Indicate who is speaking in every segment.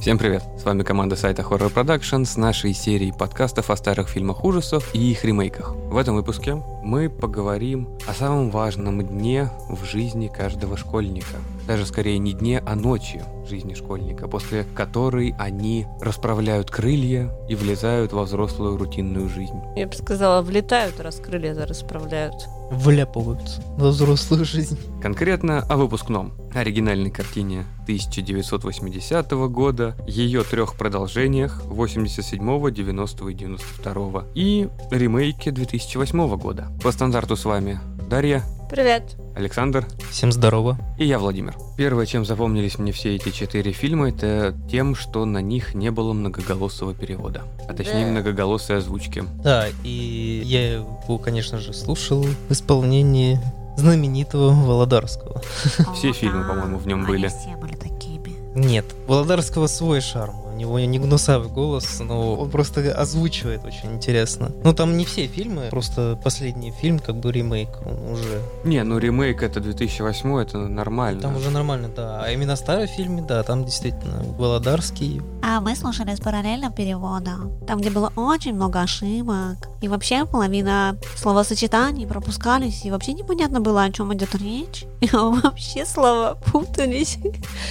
Speaker 1: Всем привет! С вами команда сайта Horror Production с нашей серией подкастов о старых фильмах ужасов и их ремейках. В этом выпуске мы поговорим о самом важном дне в жизни каждого школьника. Даже скорее не дне, а ночи в жизни школьника, после которой они расправляют крылья и влезают во взрослую рутинную жизнь.
Speaker 2: Я бы сказала, влетают, раз крылья расправляют.
Speaker 3: вляпываются во взрослую жизнь.
Speaker 1: Конкретно о выпускном, оригинальной картине 1980 года, ее трех продолжениях 87, 90 и 92 и ремейке 2008 года. По стандарту с вами Дарья,
Speaker 2: Привет.
Speaker 1: Александр
Speaker 3: Всем здорово.
Speaker 1: и я, Владимир. Первое, чем запомнились мне все эти четыре фильма, это тем, что на них не было многоголосого перевода, а точнее
Speaker 2: Да.
Speaker 1: многоголосой озвучки.
Speaker 3: Да, и я его, конечно же, слушал в исполнении знаменитого Володарского.
Speaker 1: Все фильмы, по-моему, в
Speaker 3: А
Speaker 1: нем
Speaker 4: Они
Speaker 1: были.
Speaker 4: все А были такими.
Speaker 3: Нет, у Володарского свой шарм. У него не гнусавый голос, но он просто озвучивает очень интересно. Ну, там не все фильмы, просто последний фильм, как бы ремейк, он уже...
Speaker 1: Не, ну ремейк это 2008, это нормально.
Speaker 3: Там уже нормально, да. А именно старый фильм, да, там действительно Володарский.
Speaker 4: А мы слушали с параллельным переводом, там, где было очень много ошибок, и вообще половина словосочетаний пропускались, и вообще непонятно было, о чем идет речь, и вообще слова путались.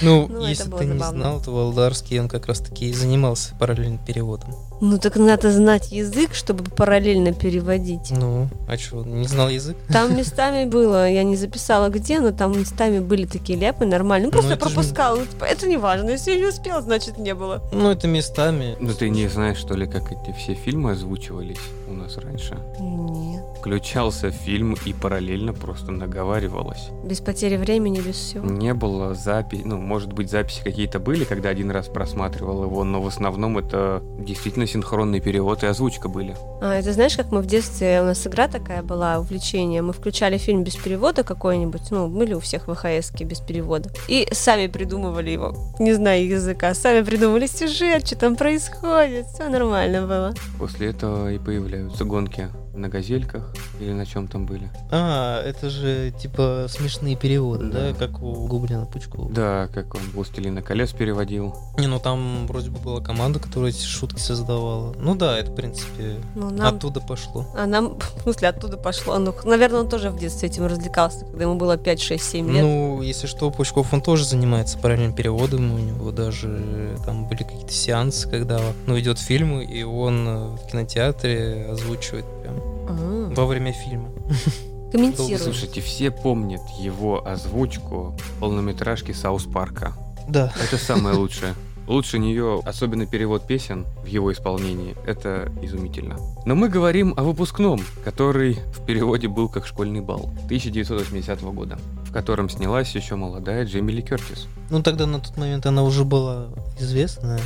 Speaker 3: Ну,
Speaker 2: Ну, это
Speaker 3: если
Speaker 2: было
Speaker 3: ты не
Speaker 2: забавно.
Speaker 3: знал, то Володарский, он как раз-таки и занимался параллельным переводом.
Speaker 2: Ну так надо знать язык, чтобы параллельно переводить.
Speaker 3: Ну, а что, не знал язык?
Speaker 2: Там местами было, я не записала где, но там местами были такие ляпы, нормально. Ну,
Speaker 3: Ну,
Speaker 2: просто
Speaker 3: это же-
Speaker 2: пропускал, это не важно. Если не успел, значит не было.
Speaker 3: Ну, это местами.
Speaker 1: Ну ты не знаешь, что ли, как эти все фильмы озвучивались у нас раньше?
Speaker 2: Нет.
Speaker 1: Включался фильм и параллельно просто наговаривалось.
Speaker 2: Без потери времени, без всего.
Speaker 1: Не было записи, ну, может быть, записи какие-то были, когда один раз просматривал его, но в основном это действительно синхронный перевод и озвучка были.
Speaker 2: А, это знаешь, как мы в детстве, у нас игра такая была, увлечение. Мы включали фильм без перевода какой-нибудь, ну, были у всех ВХС без перевода. И сами придумывали его, не зная языка, сами придумывали сюжет, что там происходит, все нормально было.
Speaker 1: После этого и появляются гонки на газельках или на чем там были.
Speaker 3: А, это же типа смешные переводы, да,
Speaker 1: Да.
Speaker 3: как у Гоблина Пучкова.
Speaker 1: Да, как он «Властелина колец» переводил.
Speaker 3: Не, ну там вроде бы была команда, которая эти шутки создавала. Ну да, это в принципе
Speaker 2: Ну, нам...
Speaker 3: оттуда пошло.
Speaker 2: А нам, в смысле, оттуда пошло. Ну, наверное, он тоже в детстве этим развлекался, когда ему было 5, 6, 7 лет.
Speaker 3: Ну, если что, Пучков он тоже занимается параллельным переводом. У него даже там были какие-то сеансы, когда ну, идет фильм, и он э, в кинотеатре озвучивает прям
Speaker 2: М.
Speaker 3: во время фильма.
Speaker 2: Комментирует.
Speaker 1: Слушайте, все помнят его озвучку полнометражки «Саус Парка».
Speaker 3: Да.
Speaker 1: Это самое лучшее. Лучше нее, особенно перевод песен в его исполнении, это изумительно. Но мы говорим о выпускном, который в переводе был как школьный бал 1980 года, в котором снялась еще молодая Джейми Ли Кертис.
Speaker 3: Ну тогда на тот момент она уже была известная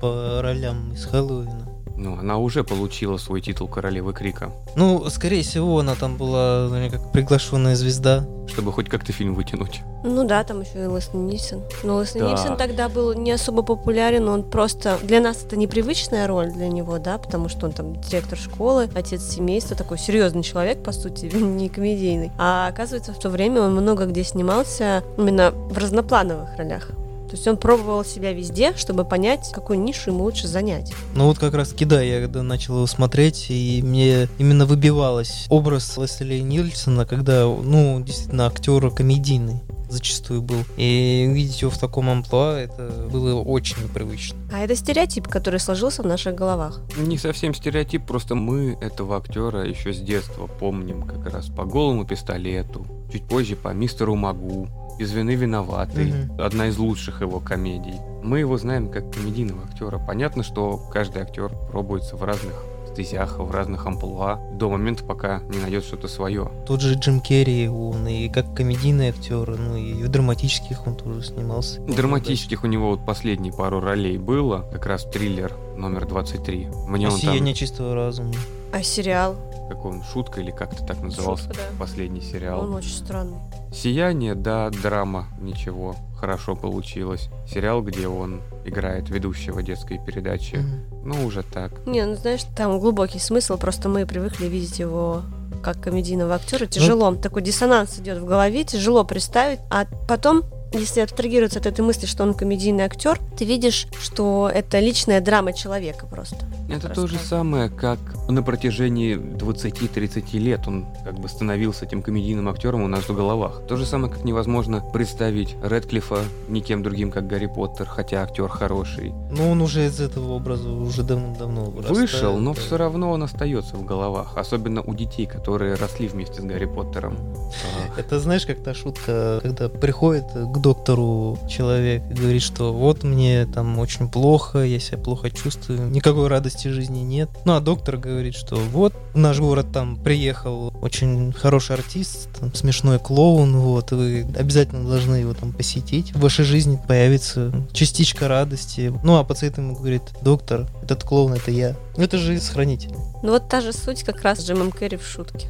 Speaker 3: по ролям из Хэллоуина.
Speaker 1: Ну, она уже получила свой титул королевы крика,
Speaker 3: Ну, скорее всего, она там была ну, как приглашенная звезда.
Speaker 1: чтобы хоть как-то фильм вытянуть.
Speaker 2: Ну да, там еще и Лэсли Нильсон. Но Лэсли
Speaker 1: Да.
Speaker 2: Нильсон тогда был не особо популярен, он просто... Для нас это непривычная роль для него, да, потому что он там директор школы, отец семейства, такой серьезный человек, по сути, не комедийный. А оказывается, в то время он много где снимался именно в разноплановых ролях. То есть он пробовал себя везде, чтобы понять, какую нишу ему лучше занять.
Speaker 3: Ну вот как раз да, я когда начал его смотреть, и мне именно выбивалось образ Лесли Нильсона, когда, ну, действительно, актер комедийный зачастую был. И увидеть его в таком амплуа, это было очень непривычно.
Speaker 2: А это стереотип, который сложился в наших головах.
Speaker 1: Не совсем стереотип, просто мы этого актера еще с детства помним как раз по голому пистолету, чуть позже по мистеру Магу, из вины виноватый,
Speaker 3: Мгм.
Speaker 1: одна из лучших его комедий. Мы его знаем как комедийного актера. Понятно, что каждый актер пробуется в разных стезях, в разных амплуа, до момента, пока не найдет что-то свое.
Speaker 3: Тот же Джим Керри, он и как комедийный актер, ну и в драматических он тоже снимался.
Speaker 1: Драматических у него вот последние пару ролей было, как раз триллер номер 23. Мне он там,
Speaker 3: «Сияние чистого разума».
Speaker 2: А сериал?
Speaker 1: как он, шутка или как-то так назывался,
Speaker 2: Шутка, да.
Speaker 1: последний сериал.
Speaker 2: Он очень странный.
Speaker 1: Сияние, да, драма, ничего, хорошо получилось. Сериал, где он играет ведущего детской передачи,
Speaker 3: Мгм.
Speaker 1: ну уже так.
Speaker 2: Не, ну знаешь, там глубокий смысл, просто мы привыкли видеть его
Speaker 3: Ну,
Speaker 2: как комедийного актера. Тяжело, такой диссонанс идет в голове, тяжело представить, а потом если абстрагироваться от этой мысли, что он комедийный актер, ты видишь, что это личная драма человека просто.
Speaker 1: Это
Speaker 2: Просто.
Speaker 1: то же самое, как на протяжении 20-30 лет он как бы становился этим комедийным актером у нас в головах. То же самое, как невозможно представить Редклифа никем другим, как Гарри Поттер, хотя актер хороший.
Speaker 3: Но Ну, он уже из этого образа уже давным-давно
Speaker 1: Вышел, но все
Speaker 3: все
Speaker 1: равно он остается в головах, особенно у детей, которые росли вместе с Гарри Поттером. А,
Speaker 3: Это знаешь, как та шутка, когда приходит к доктору человек и говорит, что вот мне там очень плохо, я себя плохо чувствую, никакой радости жизни нет. Ну а доктор говорит, что вот в наш город там приехал очень хороший артист, там, смешной клоун, вот, и вы обязательно должны его там посетить. В вашей жизни появится частичка радости. Ну а пациент ему говорит, доктор, этот клоун это я. Это же хранитель.
Speaker 2: Ну вот та же суть как раз с Джимом Керри в шутке.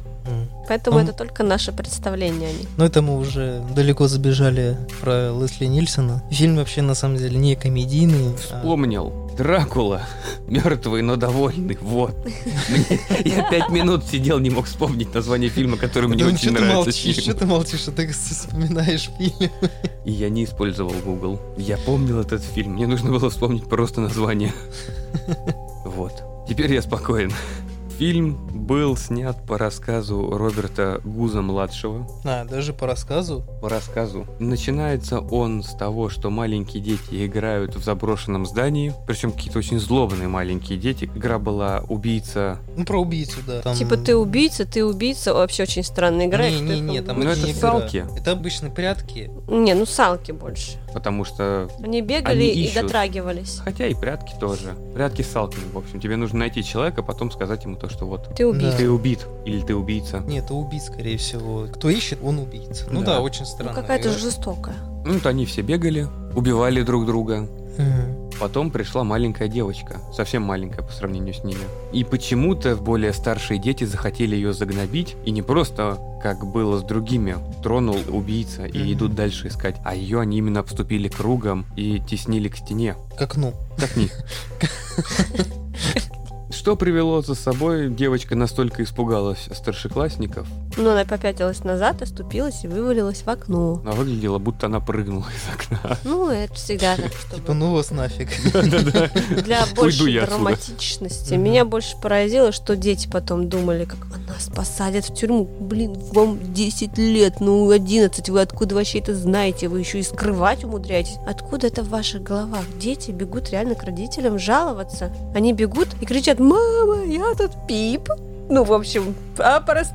Speaker 2: Поэтому
Speaker 3: Он-
Speaker 2: это только наше представление о ней.
Speaker 3: Но Ну, это мы уже далеко забежали про Лесли Нильсона. Фильм вообще на самом деле не комедийный. а-
Speaker 1: Вспомнил. Дракула. Мертвый, но довольный. Вот. Мне- Я пять минут сидел, не мог вспомнить название фильма, который мне
Speaker 3: Да, ну,
Speaker 1: очень
Speaker 3: чё ты
Speaker 1: нравится.
Speaker 3: молчишь,
Speaker 1: фильм.
Speaker 3: чё ты молчишь, а ты вспоминаешь фильм.
Speaker 1: И я не использовал Google. Я помнил этот фильм. Мне нужно было вспомнить просто название. Вот. Теперь я спокоен. Фильм был снят по рассказу Роберта Гуза-младшего.
Speaker 3: А, даже по рассказу.
Speaker 1: По рассказу. Начинается он с того, что маленькие дети играют в заброшенном здании. Причем какие-то очень злобные маленькие дети. Игра была «Убийца».
Speaker 3: Ну, про убийцу, да. Там-
Speaker 2: Типа ты убийца, ты убийца, вообще очень странная игра. и
Speaker 3: Не,
Speaker 2: кто
Speaker 3: не,
Speaker 2: их
Speaker 3: не, там
Speaker 1: Ну,
Speaker 2: убил?
Speaker 1: это
Speaker 3: не игра.
Speaker 1: салки.
Speaker 3: Это обычные прятки.
Speaker 2: Не, ну салки больше.
Speaker 1: Потому что
Speaker 2: Они бегали
Speaker 1: Они
Speaker 2: и
Speaker 1: ищут.
Speaker 2: дотрагивались.
Speaker 1: Хотя и прятки тоже. Прятки с салками, в общем. Тебе нужно найти человека, потом сказать ему то, что вот
Speaker 2: Ты убийца.
Speaker 3: Да.
Speaker 1: ты убит или ты убийца.
Speaker 3: Нет, это убийц, скорее всего. Кто ищет, он убийца. Ну
Speaker 1: Да.
Speaker 3: да, очень странно.
Speaker 2: Ну какая-то жестокая.
Speaker 1: Ну, вот они все бегали, убивали друг друга. Потом пришла маленькая девочка, совсем маленькая по сравнению с ними. И почему-то более старшие дети захотели ее загнобить, и не просто, как было с другими, тронул убийца и
Speaker 3: Мгм.
Speaker 1: идут дальше искать, а ее они именно обступили кругом и теснили к стене.
Speaker 3: Как ну.
Speaker 1: Как них. Что привело за собой, девочка настолько испугалась старшеклассников,
Speaker 2: Ну, она попятилась назад, оступилась и вывалилась в окно.
Speaker 1: она а выглядела, будто она прыгнула из окна.
Speaker 2: Ну, это всегда так, чтобы
Speaker 3: Типа, ну вас нафиг.
Speaker 2: для большей
Speaker 1: я отсюда.
Speaker 2: драматичности.
Speaker 3: Мгм.
Speaker 2: Меня больше поразило, что дети потом думали, как нас посадят в тюрьму. Блин, вам 10 лет, ну 11, вы откуда вообще это знаете? Вы еще и скрывать умудряетесь. Откуда это в ваших головах? Дети бегут реально к родителям жаловаться. Они бегут и кричат, мама, я тут пип. Ну, в общем,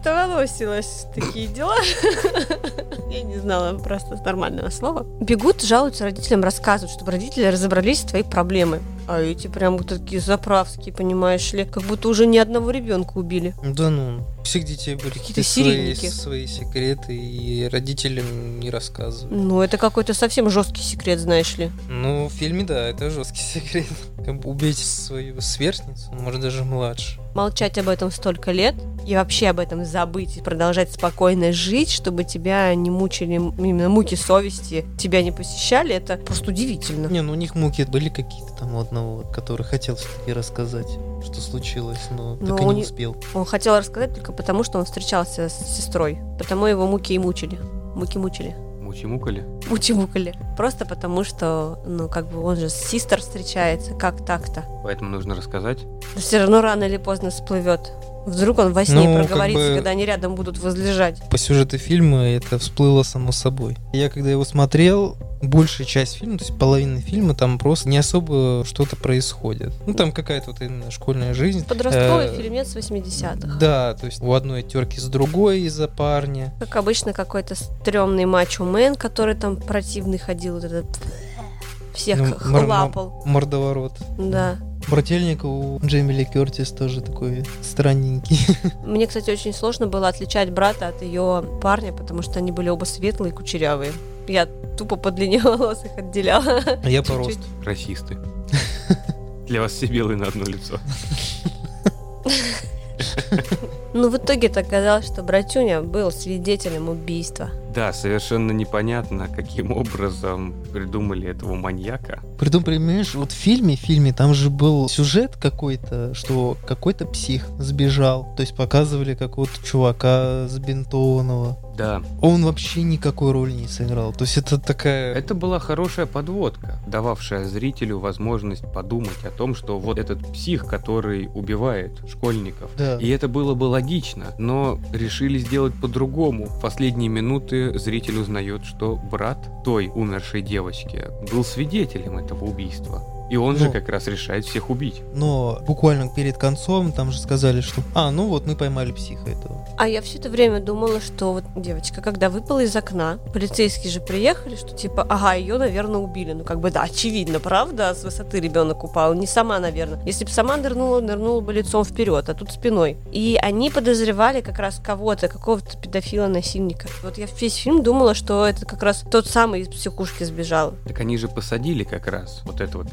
Speaker 2: опростоволосилась. Такие дела. Я не знала просто нормального слова. Бегут, жалуются родителям, рассказывают, чтобы родители разобрались в твои проблемы. А эти прям вот такие заправские, понимаешь ли, как будто уже ни одного ребенка убили.
Speaker 3: Да ну, у всех детей были
Speaker 2: Какие-то
Speaker 3: какие-то свои,
Speaker 2: серийники.
Speaker 3: свои секреты, и родителям не рассказывают.
Speaker 2: Ну, это какой-то совсем жесткий секрет, знаешь ли.
Speaker 3: Ну, в фильме, да, это жесткий секрет. Как бы убить свою сверстницу, может, даже младше.
Speaker 2: Молчать об этом столько лет и вообще об этом забыть и продолжать спокойно жить, чтобы тебя не мучили м- именно муки совести, тебя не посещали, это просто удивительно.
Speaker 3: Не, ну у них муки были какие-то там у одного, который хотел все-таки рассказать, что случилось, но
Speaker 2: Но
Speaker 3: так и не
Speaker 2: они-
Speaker 3: успел.
Speaker 2: Он хотел рассказать только потому, что он встречался с сестрой. Потому его муки и мучили. Муки мучили.
Speaker 1: Мучи-мукали.
Speaker 2: Мучи-мукали. Просто потому, что, ну, как бы он же с сестер встречается. Как так-то?
Speaker 1: Поэтому нужно рассказать.
Speaker 2: Но все равно рано или поздно всплывет. Вдруг он во сне
Speaker 3: Ну, как
Speaker 2: проговорится,
Speaker 3: бы-
Speaker 2: когда они рядом будут возлежать.
Speaker 3: По сюжету фильма это всплыло само собой. Я когда его смотрел, большая часть фильма, то есть половина фильма, там просто не особо что-то происходит. Ну, там какая-то вот именно школьная жизнь.
Speaker 2: Подростковый
Speaker 3: Э,
Speaker 2: фильмец 80-х.
Speaker 3: Да, то есть у одной терки с другой из-за парня.
Speaker 2: Как обычно, какой-то стрёмный мачо-мен, который там противный ходил, вот этот всех
Speaker 3: Ну, мор- мор-
Speaker 2: лапал.
Speaker 3: Мордоворот.
Speaker 2: Да.
Speaker 3: Брательник у Джеймили Кертис тоже такой странненький.
Speaker 2: Мне, кстати, очень сложно было отличать брата от ее парня, потому что они были оба светлые и кучерявые. Я тупо по длине волос их отделяла.
Speaker 3: А я по
Speaker 2: Чуть-чуть.
Speaker 3: росту.
Speaker 1: Расисты. Для вас все белые на одно лицо.
Speaker 2: Ну, в итоге это оказалось, что братюня был свидетелем убийства.
Speaker 1: Да, совершенно непонятно, каким образом придумали этого маньяка.
Speaker 3: Притом, понимаешь, вот в фильме, в фильме там же был сюжет какой-то, что какой-то псих сбежал. То есть показывали какого-то чувака забинтованного.
Speaker 1: Да,
Speaker 3: Он вообще никакой роли не сыграл. То есть это такая...
Speaker 1: это была хорошая подводка, дававшая зрителю возможность подумать о том, что вот этот псих, который убивает школьников,
Speaker 3: Да.
Speaker 1: И это было бы логично, но решили сделать по-другому. В последние минуты зритель узнает, что брат той умершей девочки был свидетелем этого убийства. И он же
Speaker 3: Ну.
Speaker 1: как раз решает всех убить.
Speaker 3: Но буквально перед концом там же сказали, что... А, ну вот мы поймали психа этого.
Speaker 2: А я все это время думала, что вот девочка, когда выпала из окна, полицейские же приехали, что типа, ага, ее, наверное, убили. Ну, как бы, да, очевидно, правда, с высоты ребенок упал. Не сама, наверное. Если бы сама нырнула, нырнула бы лицом вперед, а тут спиной. И они подозревали как раз кого-то, какого-то педофила-насильника. Вот я весь фильм думала, что это как раз тот самый из психушки сбежал.
Speaker 1: Так они же посадили как раз вот этого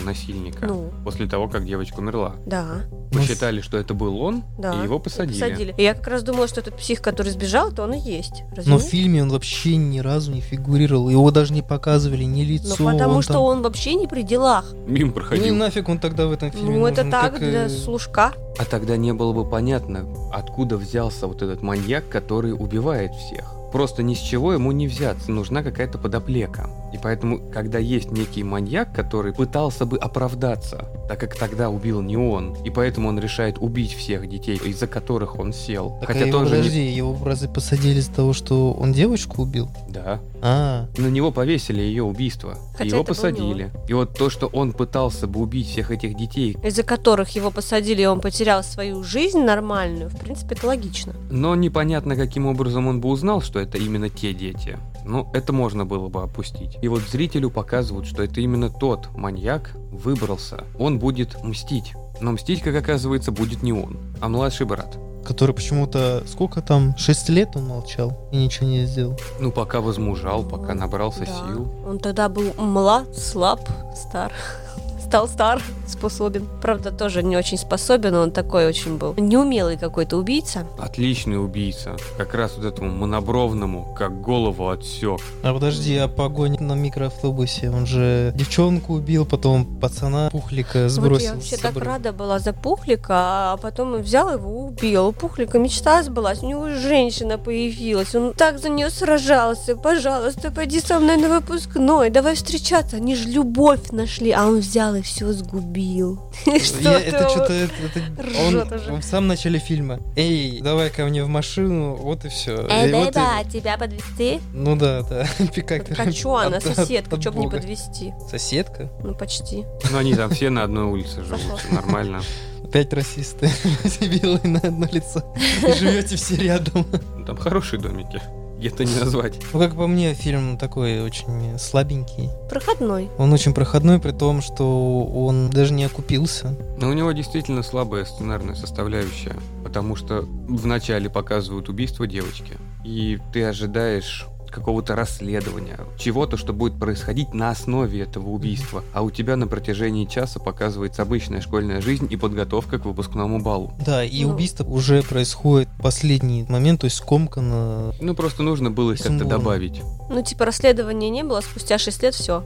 Speaker 1: педофила-насильника.
Speaker 2: Ну,
Speaker 1: После того, как девочка умерла.
Speaker 2: да,
Speaker 1: Мы
Speaker 3: Ну,
Speaker 1: считали, что это был он,
Speaker 2: да.
Speaker 1: и его посадили.
Speaker 2: И я как раз думала, что этот псих, который сбежал, то он и есть. Разве
Speaker 3: Но в
Speaker 2: нет?
Speaker 3: фильме он вообще ни разу не фигурировал. Его даже не показывали ни
Speaker 2: Ну,
Speaker 3: лицо.
Speaker 2: потому что
Speaker 3: там-
Speaker 2: он вообще не при делах.
Speaker 1: Мим
Speaker 3: Ну и
Speaker 1: проходил.
Speaker 3: нафиг он тогда в этом фильме
Speaker 2: Ну, это
Speaker 3: нужен,
Speaker 2: так,
Speaker 3: как, э,
Speaker 2: для служка.
Speaker 1: А тогда не было бы понятно, откуда взялся вот этот маньяк, который убивает всех. Просто ни с чего ему не взяться, нужна какая-то подоплека. И поэтому, когда есть некий маньяк, который пытался бы оправдаться, так как тогда убил не он, и поэтому он решает убить всех детей, из-за которых он сел.
Speaker 3: так, а
Speaker 1: Хотя
Speaker 3: его,
Speaker 1: тоже... не-
Speaker 3: подожди, его разве посадили из-за того, что он девочку убил?
Speaker 1: Да.
Speaker 3: А,
Speaker 1: На него повесили ее убийство.
Speaker 2: Хотя
Speaker 1: и его
Speaker 2: это был не
Speaker 1: посадили. И вот то, что он пытался бы убить всех этих детей,
Speaker 2: из-за которых его посадили, и он потерял свою жизнь нормальную, в принципе, это логично.
Speaker 1: Но непонятно, каким образом он бы узнал, что это именно те дети. Но это можно было бы опустить. И вот зрителю показывают, что это именно тот маньяк выбрался. Он будет мстить. Но мстить, как оказывается, будет не он, а младший брат.
Speaker 3: который почему-то... Сколько там? Шесть лет он молчал и ничего не сделал.
Speaker 1: Ну, пока возмужал, пока набрался
Speaker 2: Да.
Speaker 1: сил.
Speaker 2: Он тогда был млад, слаб, стар. Стал стар, способен. Правда, тоже не очень способен, он такой очень был неумелый какой-то убийца.
Speaker 1: Отличный убийца. Как раз вот этому монобровному, как голову отсек.
Speaker 3: А подожди, а погоня на микроавтобусе? Он же девчонку убил, потом пацана Пухлика
Speaker 2: Вот я
Speaker 3: сбросил.
Speaker 2: вообще
Speaker 3: с
Speaker 2: так
Speaker 3: собой.
Speaker 2: рада была за Пухлика, а потом он взял его, убил. У Пухлика мечта сбылась, у него и женщина появилась. Он так за нее сражался. Пожалуйста, пойди со мной на выпускной, давай встречаться. Они же любовь нашли, а он взял и все сгубил.
Speaker 3: Я-
Speaker 2: Что
Speaker 3: это что-то...
Speaker 2: ты?
Speaker 3: это- это-
Speaker 2: ржёт
Speaker 3: он
Speaker 2: уже.
Speaker 3: в самом начале фильма. Эй, давай ко мне в машину, вот Э, и все.
Speaker 2: Э,
Speaker 4: тебя подвести?
Speaker 3: Ну да, да. Пикак.
Speaker 2: Хочу, она
Speaker 3: От- от-
Speaker 2: соседка,
Speaker 3: от
Speaker 2: чтоб не
Speaker 3: Бога.
Speaker 2: подвести.
Speaker 3: Соседка?
Speaker 2: Ну, почти.
Speaker 1: Но они там все на одной улице живут.
Speaker 2: Пошёл.
Speaker 1: всё Нормально.
Speaker 3: Опять расисты. Все белые на одно лицо. И живете все рядом.
Speaker 1: Ну, Там хорошие домики. Это не назвать.
Speaker 3: Ну, как по мне, фильм такой очень слабенький.
Speaker 2: Проходной.
Speaker 3: Он очень проходной, при том, что он даже не окупился.
Speaker 1: Но у него действительно слабая сценарная составляющая, потому что вначале показывают убийство девочки, и ты ожидаешь какого-то расследования, чего-то, что будет происходить на основе этого убийства, а у тебя на протяжении часа показывается обычная школьная жизнь и подготовка к выпускному балу.
Speaker 3: Да, и
Speaker 2: Ну.
Speaker 3: убийство уже происходит в последний момент, то есть скомканно.
Speaker 1: Ну, просто нужно было их как-то
Speaker 3: Сумбурно.
Speaker 1: добавить.
Speaker 2: Ну, типа, расследования не было, спустя 6 лет все.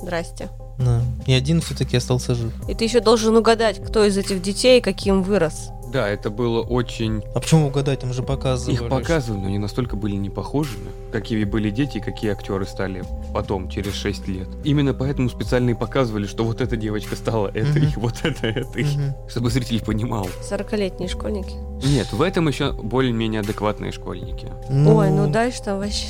Speaker 2: Здрасте.
Speaker 3: Да. И один все-таки остался жив.
Speaker 2: И ты еще должен угадать, кто из этих детей каким вырос.
Speaker 1: Да, это было очень...
Speaker 3: А почему угадать, там же показывали.
Speaker 1: Их показывали, но они настолько были не похожими, какими были дети и какие актеры стали потом, через 6 лет. Именно поэтому специально и показывали, что вот эта девочка стала этой,
Speaker 3: Мгм.
Speaker 1: вот это этой.
Speaker 3: Мгм.
Speaker 1: чтобы зритель понимал.
Speaker 2: 40-летние школьники.
Speaker 1: Нет, в этом еще более-менее адекватные школьники.
Speaker 2: Ой, ну дальше там вообще...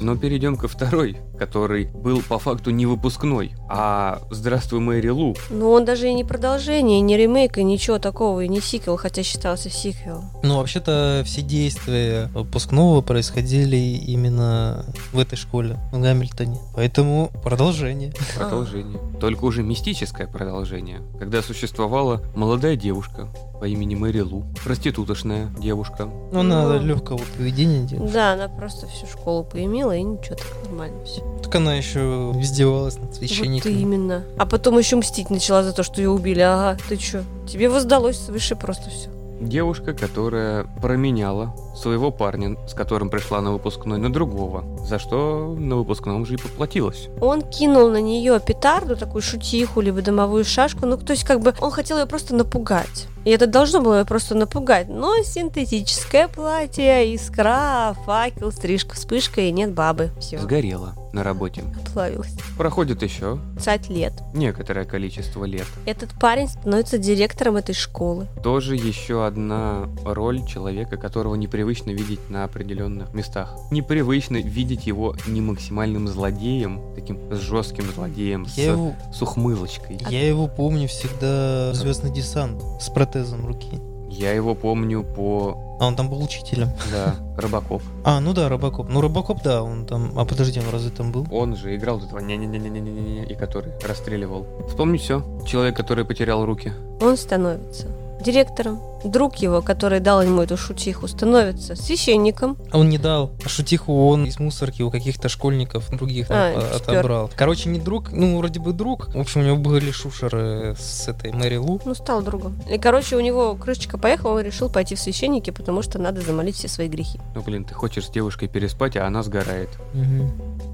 Speaker 1: Но перейдем ко второй, который был по факту не выпускной, а «Здравствуй, Мэри Лу».
Speaker 2: Ну, он даже и не продолжение, и не ремейк, и ничего такого, и не сиквел, хотя считался сиквелом.
Speaker 3: Ну, вообще-то все действия выпускного происходили именно в этой школе, в Гамильтоне. Поэтому продолжение.
Speaker 1: Продолжение. Только уже мистическое продолжение, когда существовала молодая девушка по имени Мэри Лу, проститутошная девушка.
Speaker 3: Ну, она
Speaker 2: Ну.
Speaker 3: легкого поведения делала.
Speaker 2: Да, она просто всю школу поимела, и ничего, так нормально все.
Speaker 3: Так она еще издевалась над
Speaker 2: Вот
Speaker 3: священником.
Speaker 2: именно. А потом еще мстить начала за то, что ее убили. Ага, ты че? Тебе воздалось свыше просто все.
Speaker 1: Девушка, которая променяла своего парня, с которым пришла на выпускной, на другого, за что на выпускном же и поплатилась.
Speaker 2: Он кинул на нее петарду, такую шутиху, либо домовую шашку. Ну, то есть, как бы, он хотел ее просто напугать. И это должно было её просто напугать. Но синтетическое платье, искра, факел, стрижка, вспышка и нет бабы. Все.
Speaker 1: Сгорела на работе.
Speaker 2: Плавилась.
Speaker 1: Проходит еще
Speaker 2: 20 лет.
Speaker 1: некоторое количество лет.
Speaker 2: Этот парень становится директором этой школы.
Speaker 1: Тоже еще одна роль человека, которого непривычно видеть на определенных местах. Непривычно видеть его не максимальным злодеем, таким жестким злодеем с,
Speaker 3: Я его, А
Speaker 1: с ухмылочкой.
Speaker 2: А
Speaker 3: я его помню всегда Звездный десант с протезом руки.
Speaker 1: Я его помню по...
Speaker 3: А он там был учителем.
Speaker 1: Да, Робокоп.
Speaker 3: А, ну да, Робокоп. Ну, Робокоп, да, он там... А подожди, он разве там был?
Speaker 1: Он же играл этого не-не-не-не-не-не, и который расстреливал. Вспомнить все. Человек, который потерял руки.
Speaker 2: Он становится директором. Друг его, который дал ему эту шутиху, становится священником.
Speaker 3: А Он не дал. А шутиху он из мусорки у каких-то школьников других там
Speaker 2: А,
Speaker 3: о-
Speaker 2: спер.
Speaker 3: отобрал. Короче, не друг, ну, вроде бы друг. В общем, у него были шушеры с этой Мэри Лу.
Speaker 2: Ну, стал другом. И, короче, у него крышечка поехала, он решил пойти в священники, потому что надо замолить все свои грехи.
Speaker 1: Ну, блин, ты хочешь с девушкой переспать, а она сгорает.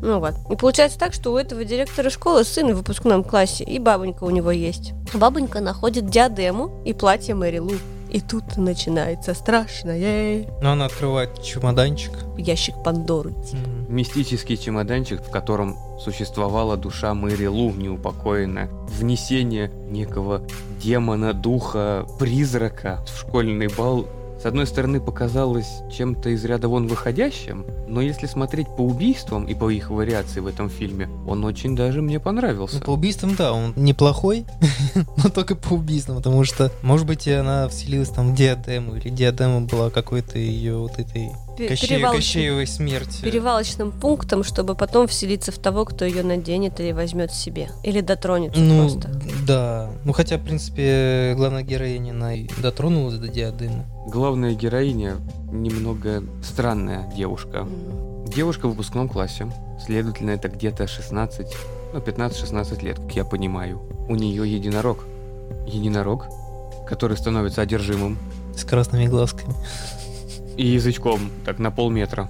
Speaker 2: Ну вот. И получается так, что у этого директора школы сын в выпускном классе, и бабонька у него есть. Бабонька находит диадему и платье Мэри Лу. И тут начинается страшное
Speaker 3: Но она открывает чемоданчик.
Speaker 2: ящик Пандоры.
Speaker 1: Мистический чемоданчик, в котором существовала душа Мэри Лу неупокоенная. Внесение некого демона, духа, призрака в школьный бал с одной стороны, показалось чем-то из ряда вон выходящим, но если смотреть по убийствам и по их вариации в этом фильме, он очень даже мне
Speaker 3: Ну,
Speaker 1: понравился.
Speaker 3: по убийствам, да, он неплохой, но только по убийствам, потому что, может быть, и она вселилась там в диадему, или диадема была какой-то ее вот этой
Speaker 2: Пе-
Speaker 3: Кощеевой
Speaker 2: перевалочный-
Speaker 3: Кощеевой смерти.
Speaker 2: перевалочным пунктом, чтобы потом вселиться в того, кто ее наденет или возьмет себе. Или дотронется
Speaker 3: Ну,
Speaker 2: просто.
Speaker 3: да. Ну, хотя, в принципе, главная героиня, она и дотронулась до диадемы.
Speaker 1: Главная героиня немного странная девушка.
Speaker 2: М.
Speaker 1: Девушка в выпускном классе, следовательно, это где-то 16, ну, 15-16 лет, как я понимаю. У нее единорог. Единорог, который становится одержимым
Speaker 3: С красными глазками.
Speaker 1: и язычком, так, на полметра.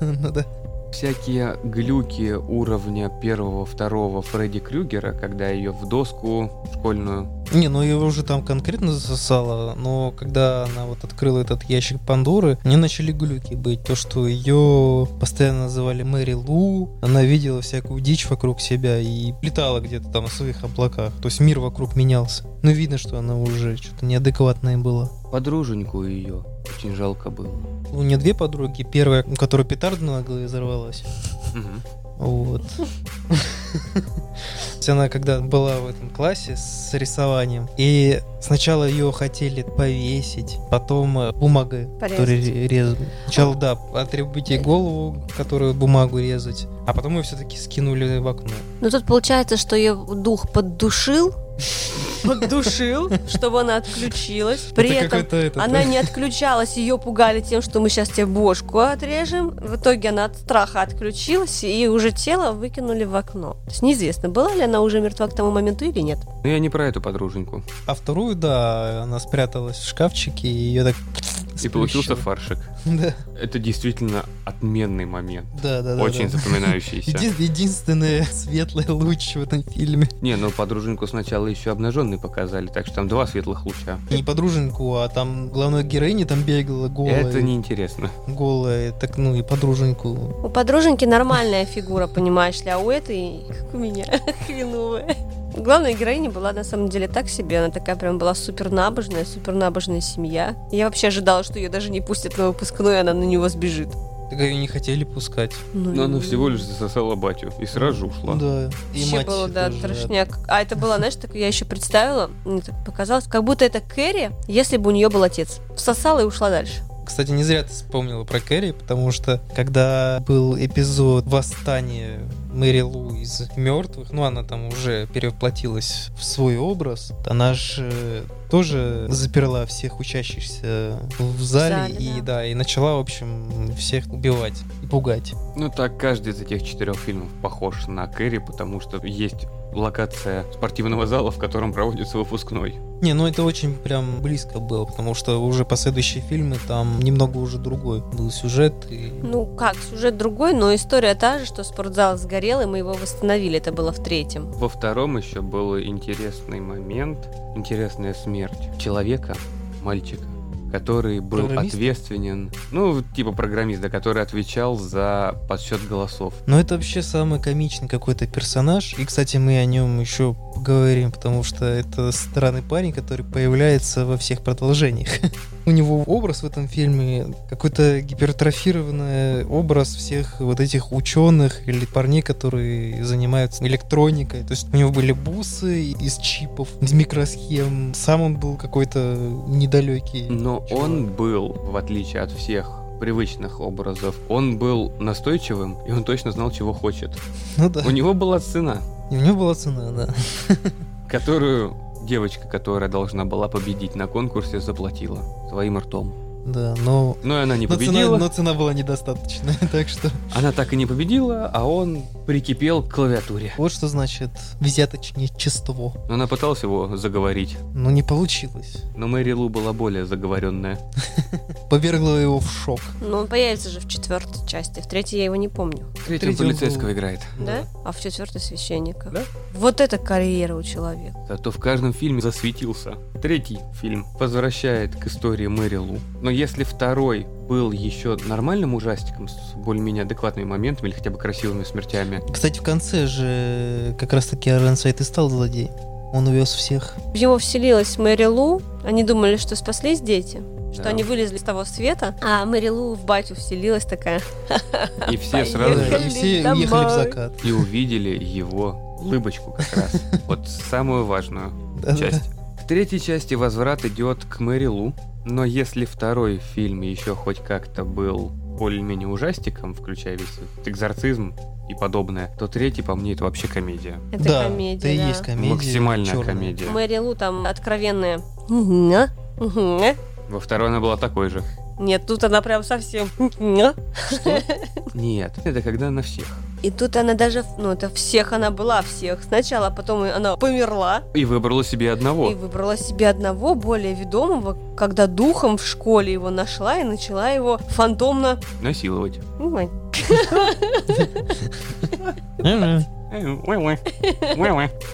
Speaker 3: Ну да.
Speaker 1: Всякие глюки уровня первого, второго Фредди Крюгера, когда ее в доску школьную...
Speaker 3: Не, ну его уже там конкретно засосало, но когда она вот открыла этот ящик Пандоры, мне начали глюки быть. То, что ее постоянно называли Мэри Лу, она видела всякую дичь вокруг себя и летала где-то там в своих облаках. То есть мир вокруг менялся. Ну видно, что она уже что-то неадекватная была.
Speaker 1: Подруженьку ее очень жалко было.
Speaker 3: У нее две подруги. Первая, у которой петарда на голове взорвалась.
Speaker 1: Мгм.
Speaker 3: Вот. То есть Она когда была в этом классе с рисованием, и сначала ее хотели повесить, потом э, бумагой,
Speaker 2: Порезать. А.
Speaker 3: которой ре- резали. Сначала, да, отрубить ей голову, которую бумагу резать, а потом ее все-таки скинули в окно.
Speaker 2: Ну,
Speaker 4: Но тут получается, что ее дух поддушил.
Speaker 2: Поддушил, чтобы она отключилась. При
Speaker 3: Это
Speaker 2: этом
Speaker 3: какой-то этот,
Speaker 2: она
Speaker 3: э,
Speaker 2: не отключалась, ее пугали тем, что мы сейчас тебе бошку отрежем. В итоге она от страха отключилась, и уже тело выкинули в окно. То есть неизвестно, была ли она уже мертва к тому моменту или нет.
Speaker 1: Но Ну, я не про эту подруженьку.
Speaker 3: А вторую, да, она спряталась в шкафчике, и ее так...
Speaker 1: И получился
Speaker 3: сплющило.
Speaker 1: фаршик.
Speaker 3: Да,
Speaker 1: Это действительно отменный момент.
Speaker 3: да, да. да,
Speaker 1: Очень
Speaker 3: да.
Speaker 1: запоминающийся.
Speaker 3: Един- Единственный светлый луч в этом фильме.
Speaker 1: Не, ну подруженьку сначала еще обнаженный показали, так что там два светлых луча.
Speaker 3: Не подруженьку, а там главной героине там бегала голая.
Speaker 1: Это неинтересно.
Speaker 3: Голая, так, ну и подруженьку.
Speaker 2: У подруженьки нормальная фигура, понимаешь ли, а у этой, как у меня, хреновая. Главная героиня была на самом деле так себе, она такая прям была супер набожная, супер набожная семья. Я вообще ожидала, что ее даже не пустят на выпускной, и она на него сбежит.
Speaker 3: Так ее не хотели пускать.
Speaker 1: Но она всего лишь засосала батю и сразу же ушла.
Speaker 3: Да. И
Speaker 2: Вообще
Speaker 3: мать
Speaker 2: было, да,
Speaker 3: тоже,
Speaker 2: трошняк. А это было, знаешь, так я еще представила, мне так показалось, как будто это Кэрри, если бы у нее был отец. Всосала и ушла дальше.
Speaker 3: Кстати, не зря ты вспомнила про Кэрри, потому что когда был эпизод восстания Мэри Лу из мертвых, ну она там уже перевоплотилась в свой образ, она же э, тоже заперла всех учащихся в зале,
Speaker 2: зале,
Speaker 3: и
Speaker 2: да.
Speaker 3: да, и начала, в общем, всех убивать и пугать.
Speaker 1: Ну так каждый из этих четырех фильмов похож на Кэрри, потому что есть локация спортивного зала, в котором проводится выпускной.
Speaker 3: Не, ну это очень прям близко было, потому что уже последующие фильмы там немного уже другой был сюжет. И...
Speaker 2: Ну как, сюжет другой, но история та же, что спортзал сгорел, и мы его восстановили. Это было в третьем.
Speaker 1: Во втором еще был интересный момент, интересная смерть человека, мальчика, который был
Speaker 3: Программист?
Speaker 1: ответственен, ну, типа программиста, который отвечал за подсчет голосов.
Speaker 3: Но это вообще самый комичный какой-то персонаж. И, кстати, мы о нем еще поговорим, потому что это странный парень, который появляется во всех продолжениях. У него образ в этом фильме какой-то гипертрофированный образ всех вот этих ученых или парней, которые занимаются электроникой. То есть у него были бусы из чипов, из микросхем. Сам он был какой-то недалекий.
Speaker 1: Но он был, в отличие от всех привычных образов, он был настойчивым, и он точно знал, чего хочет.
Speaker 3: Ну да.
Speaker 1: У него была цена,
Speaker 3: И у него была цена, да.
Speaker 1: которую девочка, которая должна была победить на конкурсе, заплатила своим ртом.
Speaker 3: Да, но...
Speaker 1: Но и она не
Speaker 3: Но цена,
Speaker 1: победила.
Speaker 3: но цена была недостаточная, так что...
Speaker 1: Она так и не победила, а он прикипел к клавиатуре.
Speaker 3: Вот что значит взяточничество.
Speaker 1: Но она пыталась его заговорить,
Speaker 3: Но не получилось.
Speaker 1: но Мэри Лу была более заговоренная.
Speaker 3: Повергло его в шок.
Speaker 2: Но он появится же в четвертой части, в третьей я его не помню.
Speaker 1: Третьего
Speaker 3: Третьего
Speaker 1: полицейского
Speaker 3: был-
Speaker 1: играет.
Speaker 2: Да? А в четвертой священника.
Speaker 1: Да.
Speaker 2: Вот это карьера у человека.
Speaker 1: Зато А в каждом фильме засветился. Третий фильм возвращает к истории Мэри Лу. Но если второй был еще нормальным ужастиком с более-менее адекватными моментами или хотя бы красивыми смертями,
Speaker 3: Кстати, в конце же как раз-таки Аарон Сайт и стал злодей. Он увез всех.
Speaker 2: В него вселилась Мэри Лу. Они думали, что спаслись дети, что
Speaker 1: да,
Speaker 2: они вылезли с того света, а Мэри Лу в батю вселилась такая.
Speaker 1: и все сразу
Speaker 3: Да,
Speaker 1: же
Speaker 3: и все
Speaker 2: домой.
Speaker 3: уехали в закат.
Speaker 1: и увидели его улыбочку как раз. Вот самую важную.
Speaker 3: Да-да-да.
Speaker 1: часть. В третьей части возврат идет к Мэри Лу, но если второй фильм еще хоть как-то был более-менее ужастиком, включая весь этот экзорцизм и подобное, то третий, по мне, это вообще комедия.
Speaker 2: Это
Speaker 3: да,
Speaker 2: комедия.
Speaker 3: это и
Speaker 2: да.
Speaker 3: есть комедия.
Speaker 1: Максимальная
Speaker 3: чёрная.
Speaker 1: комедия.
Speaker 2: Мэри Лу там откровенная. «Мгм, мгм».
Speaker 1: Во второй она была такой же.
Speaker 2: Нет, тут она прям совсем. «Мгм».
Speaker 1: Нет, это когда на всех.
Speaker 2: И тут она даже, ну это всех она была всех. Сначала, а потом она померла
Speaker 1: И выбрала себе одного.
Speaker 2: и выбрала себе одного более ведомого, когда духом в школе его нашла и начала его фантомно.
Speaker 1: Насиловать.
Speaker 2: Ой,
Speaker 3: Ага.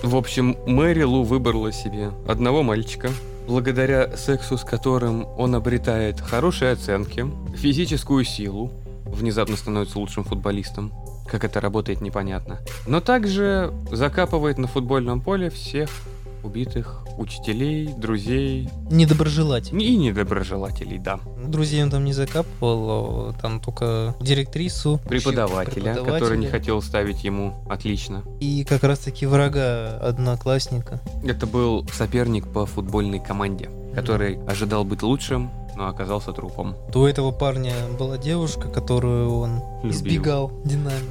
Speaker 1: В общем, Мэри Лу выбрала себе одного мальчика, благодаря сексу с которым он обретает хорошие оценки, физическую силу, внезапно становится лучшим футболистом. Как это работает, непонятно. Но также закапывает на футбольном поле всех убитых учителей, друзей
Speaker 3: Недоброжелатель.
Speaker 1: и недоброжелателей, да.
Speaker 3: Друзей он там не закапывал, а там только директрису.
Speaker 1: Преподавателя, который не
Speaker 3: преподавателя.
Speaker 1: хотел ставить ему отлично.
Speaker 3: И как раз-таки врага одноклассника.
Speaker 1: Это был соперник по футбольной команде, который ожидал быть лучшим, но оказался трупом.
Speaker 3: До этого парня была девушка, которую он
Speaker 1: Любил.
Speaker 3: избегал динами.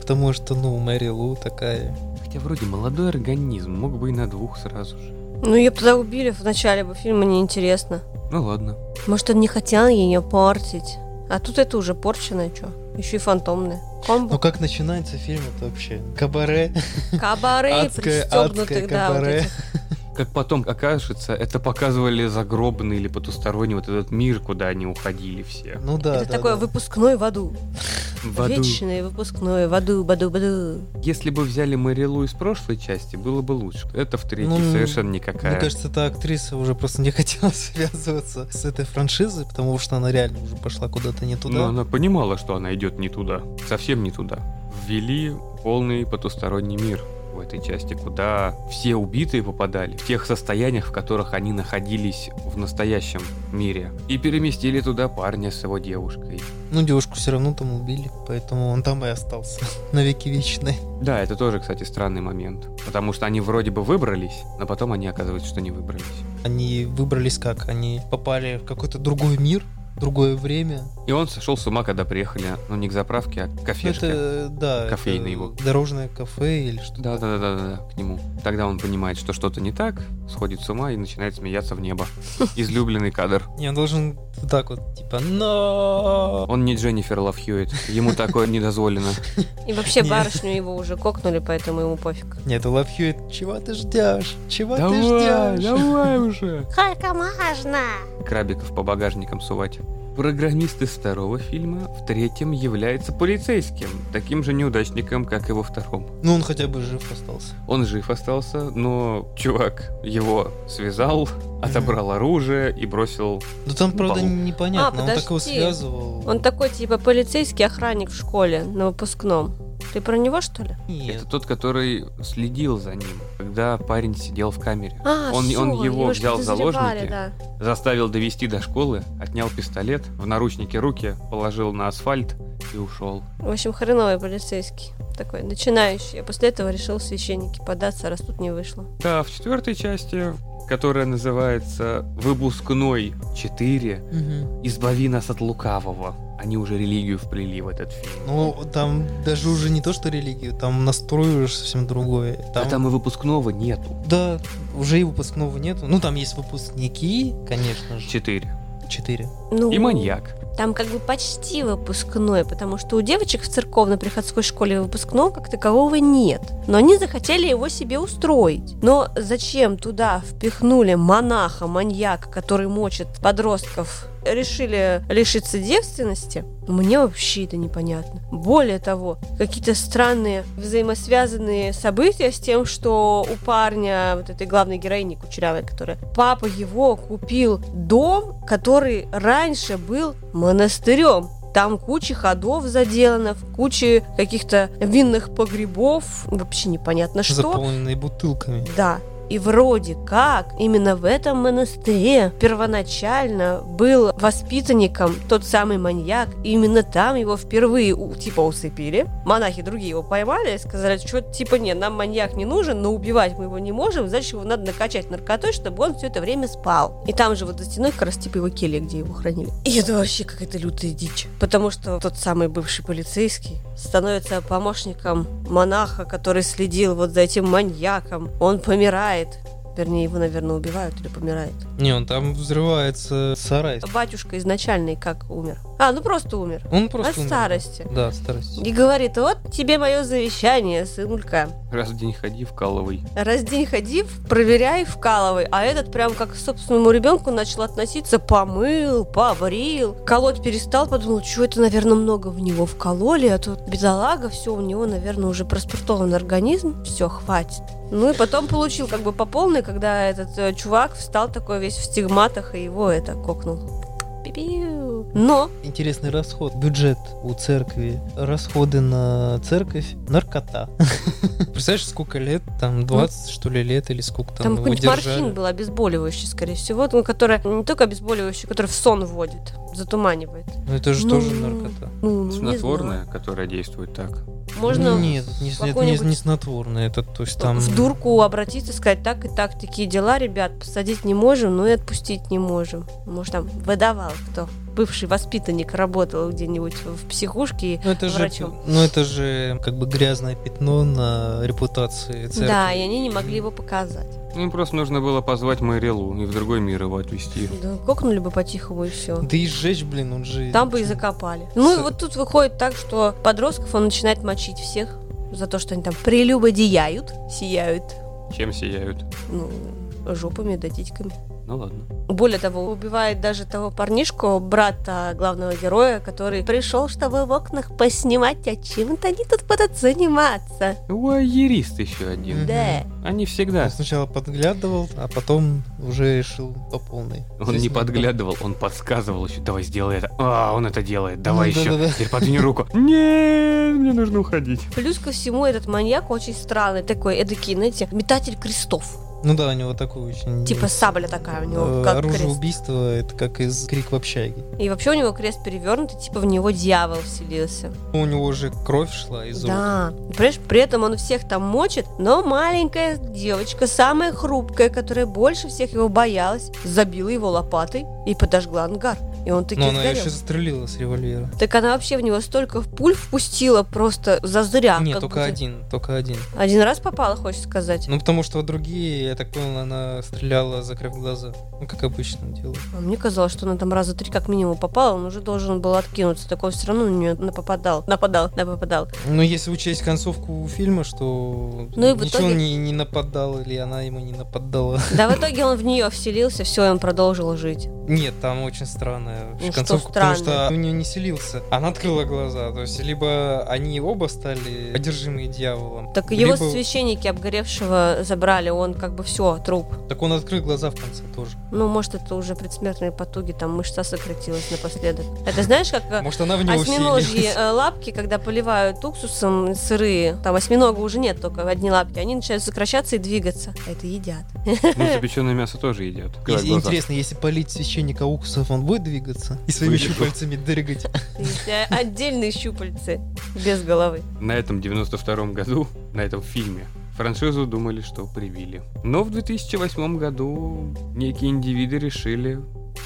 Speaker 3: Потому что, ну, Мэри Лу такая.
Speaker 1: Хотя вроде молодой организм, мог бы и на двух сразу же.
Speaker 2: Ну ее бы тогда убили в начале бы фильма, неинтересно.
Speaker 1: Ну ладно.
Speaker 2: Может, он не хотел ее портить. А тут это уже порченое, что? Еще и фантомное.
Speaker 3: Ну
Speaker 2: Комбо.
Speaker 3: как начинается фильм, это вообще кабаре.
Speaker 2: Кабары
Speaker 3: Адское- адское
Speaker 2: пристегнутых, да, вот
Speaker 3: кабаре.
Speaker 2: этих.
Speaker 1: Как потом окажется, это показывали загробный или потусторонний вот этот мир, куда они уходили все.
Speaker 3: Ну да.
Speaker 2: это
Speaker 3: да,
Speaker 2: такое
Speaker 3: да.
Speaker 2: выпускной в аду.
Speaker 1: В аду.
Speaker 2: Вечное выпускное в аду, баду, баду.
Speaker 1: Если бы взяли Марилу из прошлой части, было бы лучше. Это в третьей
Speaker 3: Ну,
Speaker 1: совершенно никакая.
Speaker 3: Мне кажется, эта актриса уже просто не хотела связываться с этой франшизой, потому что она реально уже пошла куда-то не
Speaker 1: Но
Speaker 3: туда.
Speaker 1: она понимала, что она идет не туда. Совсем не туда. Ввели полный потусторонний мир в этой части, куда все убитые попадали, в тех состояниях, в которых они находились в настоящем мире. И переместили туда парня с его девушкой.
Speaker 3: Ну, девушку все равно там убили, поэтому он там и остался на веки вечные.
Speaker 1: Да, это тоже, кстати, странный момент. Потому что они вроде бы выбрались, но потом они оказываются, что не выбрались.
Speaker 3: Они выбрались как? Они попали в какой-то другой мир, другое время.
Speaker 1: И он сошел с ума, когда приехали, ну, не к заправке, а к
Speaker 3: Ну,
Speaker 1: кафешке.
Speaker 3: это, да,
Speaker 1: Кофейный
Speaker 3: это
Speaker 1: его.
Speaker 3: Дорожное кафе или что-то.
Speaker 1: Да, да, да, да, да, к нему. Тогда он понимает, что что-то не так, сходит с ума и начинает смеяться в небо. Излюбленный кадр.
Speaker 3: Не, он должен вот так вот, типа, но
Speaker 1: Он не Дженнифер Лав Хьюитт, ему такое не дозволено.
Speaker 2: И вообще
Speaker 3: Нет.
Speaker 2: барышню его уже кокнули, поэтому ему пофиг.
Speaker 3: Нет, это Love Hewitt. Чего ты ждешь? Чего ты ждешь?
Speaker 1: давай уже.
Speaker 4: Сколько можно?
Speaker 1: Крабиков по багажникам сувать. Программист из второго фильма в третьем является полицейским, таким же неудачником, как и во втором.
Speaker 3: Ну, он хотя бы жив остался.
Speaker 1: Он жив остался, но чувак его связал, отобрал оружие и бросил...
Speaker 3: Да Ну, там, правда,
Speaker 1: Бал.
Speaker 2: А,
Speaker 3: непонятно. он
Speaker 2: подожди.
Speaker 3: так его связывал.
Speaker 2: Он такой, типа, полицейский охранник в школе на выпускном. Ты про него, что ли?
Speaker 3: Нет.
Speaker 1: Это тот, который следил за ним, когда парень сидел в камере.
Speaker 2: А,
Speaker 1: Он-
Speaker 2: всё,
Speaker 1: он его
Speaker 2: ж
Speaker 1: взял в
Speaker 2: подозревали,
Speaker 1: заложники.
Speaker 2: да.
Speaker 1: Заставил довести до школы, отнял пистолет, в наручники руки, положил на асфальт и ушел.
Speaker 2: В общем, хреновый полицейский. Такой начинающий. А после этого решил в священники податься, раз тут не вышло.
Speaker 1: Да, в четвертой части, которая называется «Выпускной 4.
Speaker 3: Мгм.
Speaker 1: Избави нас от лукавого». Они уже религию вплели в этот фильм.
Speaker 3: Ну, там даже уже не то, что религию, там настрой уже совсем другое.
Speaker 1: Да там и выпускного нету.
Speaker 3: Да, уже и выпускного нету. Ну, там есть выпускники, конечно же.
Speaker 1: Четыре.
Speaker 3: Четыре.
Speaker 2: Ну,
Speaker 1: И маньяк.
Speaker 2: Там как бы почти выпускной, потому что у девочек в церковно-приходской школе выпускного как такового нет. Но они захотели его себе устроить. Но зачем туда впихнули монаха, маньяка, который мочит подростков, решили лишиться девственности, мне вообще это непонятно. Более того, какие-то странные взаимосвязанные события с тем, что у парня, вот этой главной героини Кучерявой, которая папа его купил дом, который раньше был монастырем. Там куча ходов заделано, куча каких-то винных погребов, вообще непонятно что.
Speaker 3: Заполненные бутылками.
Speaker 2: Да. И вроде как именно в этом монастыре первоначально был воспитанником тот самый маньяк. И именно там его впервые у- типа усыпили. Монахи другие его поймали и сказали, что типа нет, нам маньяк не нужен, но убивать мы его не можем, значит его надо накачать наркотой, чтобы он все это время спал. И там же вот за стеной как раз типа его келья, где его хранили. И это вообще какая-то лютая дичь. Потому что тот самый бывший полицейский становится помощником монаха, который следил вот за этим маньяком. Он помирает. Вернее, его, наверное, убивают или помирает.
Speaker 3: Не, он там взрывается сарай.
Speaker 2: Батюшка изначальный как умер. А, ну просто умер.
Speaker 3: Он просто...
Speaker 2: От
Speaker 3: умер.
Speaker 2: старости.
Speaker 3: Да, от старости.
Speaker 2: И говорит, вот тебе мое завещание, сынулька.
Speaker 1: Раз в день ходи, вкалывай.
Speaker 2: Раз в день ходи, проверяй, вкалывай. А этот прям как к собственному ребенку начал относиться, помыл, побрил. Колоть перестал, подумал, что это, наверное, много в него вкололи, а тут бедолага, все, у него, наверное, уже проспортован организм, все, хватит. Ну и потом получил как бы по полной, когда этот э, чувак встал такой весь в стигматах, и его это кокнул. Пи-пиу. Но
Speaker 3: Интересный расход. Бюджет у церкви. Расходы на церковь. Наркота. Ну, Представляешь, сколько лет? Там 20, что ли, лет или сколько там,
Speaker 2: Там
Speaker 3: его
Speaker 2: какой-нибудь морфин
Speaker 3: держали?
Speaker 2: был обезболивающий, скорее всего, ну, который не только обезболивающий, который в сон вводит, затуманивает.
Speaker 3: Ну, это же
Speaker 2: Ну,
Speaker 3: тоже наркота.
Speaker 2: Ну, не знаю.
Speaker 1: Снотворное, которое действует так.
Speaker 2: Можно
Speaker 3: Нет, не, это не,
Speaker 2: какой-нибудь-
Speaker 3: не снотворное. Это, то есть, там...
Speaker 2: в дурку обратиться, сказать так и так, такие дела, ребят, посадить не можем, но и отпустить не можем. Может, там выдавал кто? Бывший воспитанник работал где-нибудь в психушке. и-
Speaker 3: Ну это, же,
Speaker 2: врачом.
Speaker 3: ну это же как бы грязное пятно на репутации церкви.
Speaker 2: Да, и они не могли его показать.
Speaker 1: Ну, Им просто нужно было позвать Мэрилу и в другой мир его отвезти.
Speaker 2: Да, кокнули бы по-тихому и все.
Speaker 3: Да и сжечь, блин, он же...
Speaker 2: Там бы и закопали. Ну и
Speaker 3: С-
Speaker 2: вот тут выходит так, что подростков он начинает мочить всех за то, что они там прелюбодеяют, сияют,
Speaker 1: Чем сияют?
Speaker 2: ну, жопами да титьками.
Speaker 1: Ну ладно.
Speaker 2: Более того, убивает даже того парнишку, брата главного героя, который пришел, чтобы в окнах поснимать, а чем-то они тут будут заниматься.
Speaker 1: Уайерист еще один.
Speaker 3: Мгм.
Speaker 2: Да.
Speaker 1: Они
Speaker 3: Он
Speaker 1: всегда.
Speaker 3: сначала подглядывал, а потом уже решил по полной.
Speaker 1: Он не подглядывал, он подсказывал еще. Давай сделай это. А, он это делает. Давай
Speaker 3: Ну,
Speaker 1: еще.
Speaker 3: да-да-да.
Speaker 1: Теперь подвинь руку. Нет, мне нужно уходить.
Speaker 2: Плюс ко всему, этот маньяк очень странный, такой эдакий, знаете, метатель крестов.
Speaker 3: Ну да, у него такой очень...
Speaker 2: Типа сабля такая у него,
Speaker 3: э,
Speaker 2: как
Speaker 3: оружие
Speaker 2: крест.
Speaker 3: убийства, это как из крик в общаге.
Speaker 2: И вообще у него крест перевернутый, типа в него дьявол вселился.
Speaker 3: У него же кровь шла из рук.
Speaker 2: Да. И, Понимаешь, при этом он всех там мочит, но маленькая девочка, самая хрупкая, которая больше всех его боялась, забила его лопатой и подожгла ангар. И он таки
Speaker 3: Но она
Speaker 2: сгорел.
Speaker 3: еще застрелила с револьвера.
Speaker 2: Так она вообще в него столько пуль впустила просто зазря.
Speaker 3: Нет,
Speaker 2: как
Speaker 3: только
Speaker 2: будто.
Speaker 3: один, только один.
Speaker 2: Один раз попала, хочешь сказать?
Speaker 3: Ну, потому что другие, я так понял, она стреляла, закрыв глаза. Ну, как обычно делают.
Speaker 2: А Мне казалось, что она там раза три как минимум попала, он уже должен был откинуться. Так он все равно на нее напопадал. Нападал, напопадал.
Speaker 3: Ну, если учесть концовку фильма, что
Speaker 2: Ну и в
Speaker 3: ничего
Speaker 2: итоге-
Speaker 3: не, не нападал, или она ему не нападала.
Speaker 2: Да в итоге он в нее вселился, все, и он продолжил жить.
Speaker 3: Нет, там очень странная вообще
Speaker 2: Ну, что
Speaker 3: концовка, потому
Speaker 2: странно?
Speaker 3: что у нее не селился. Она открыла глаза, то есть либо они оба стали одержимые дьяволом.
Speaker 2: Так его
Speaker 3: либо-
Speaker 2: священники обгоревшего забрали, он как бы все, труп.
Speaker 3: Так он открыл глаза в конце тоже.
Speaker 2: Ну, может, это уже предсмертные потуги, там мышца сократилась напоследок. Это знаешь, как э,
Speaker 3: Может, она в него
Speaker 2: осьминожьи
Speaker 3: вселилась.
Speaker 2: э, лапки, когда поливают уксусом сырые, там осьминога уже нет, только одни лапки, они начинают сокращаться и двигаться. А Это едят.
Speaker 1: Ну, запеченное мясо тоже едят. Открывай
Speaker 3: Если-
Speaker 1: глаза.
Speaker 3: Интересно, если полить священника уксусов, он будет двигаться? И своими
Speaker 1: Будет.
Speaker 3: щупальцами дергать.
Speaker 2: Есть, э, Отдельные щупальцы без головы.
Speaker 1: На этом 92 году, на этом фильме, франшизу думали, что привили. Но в 2008 году некие индивиды решили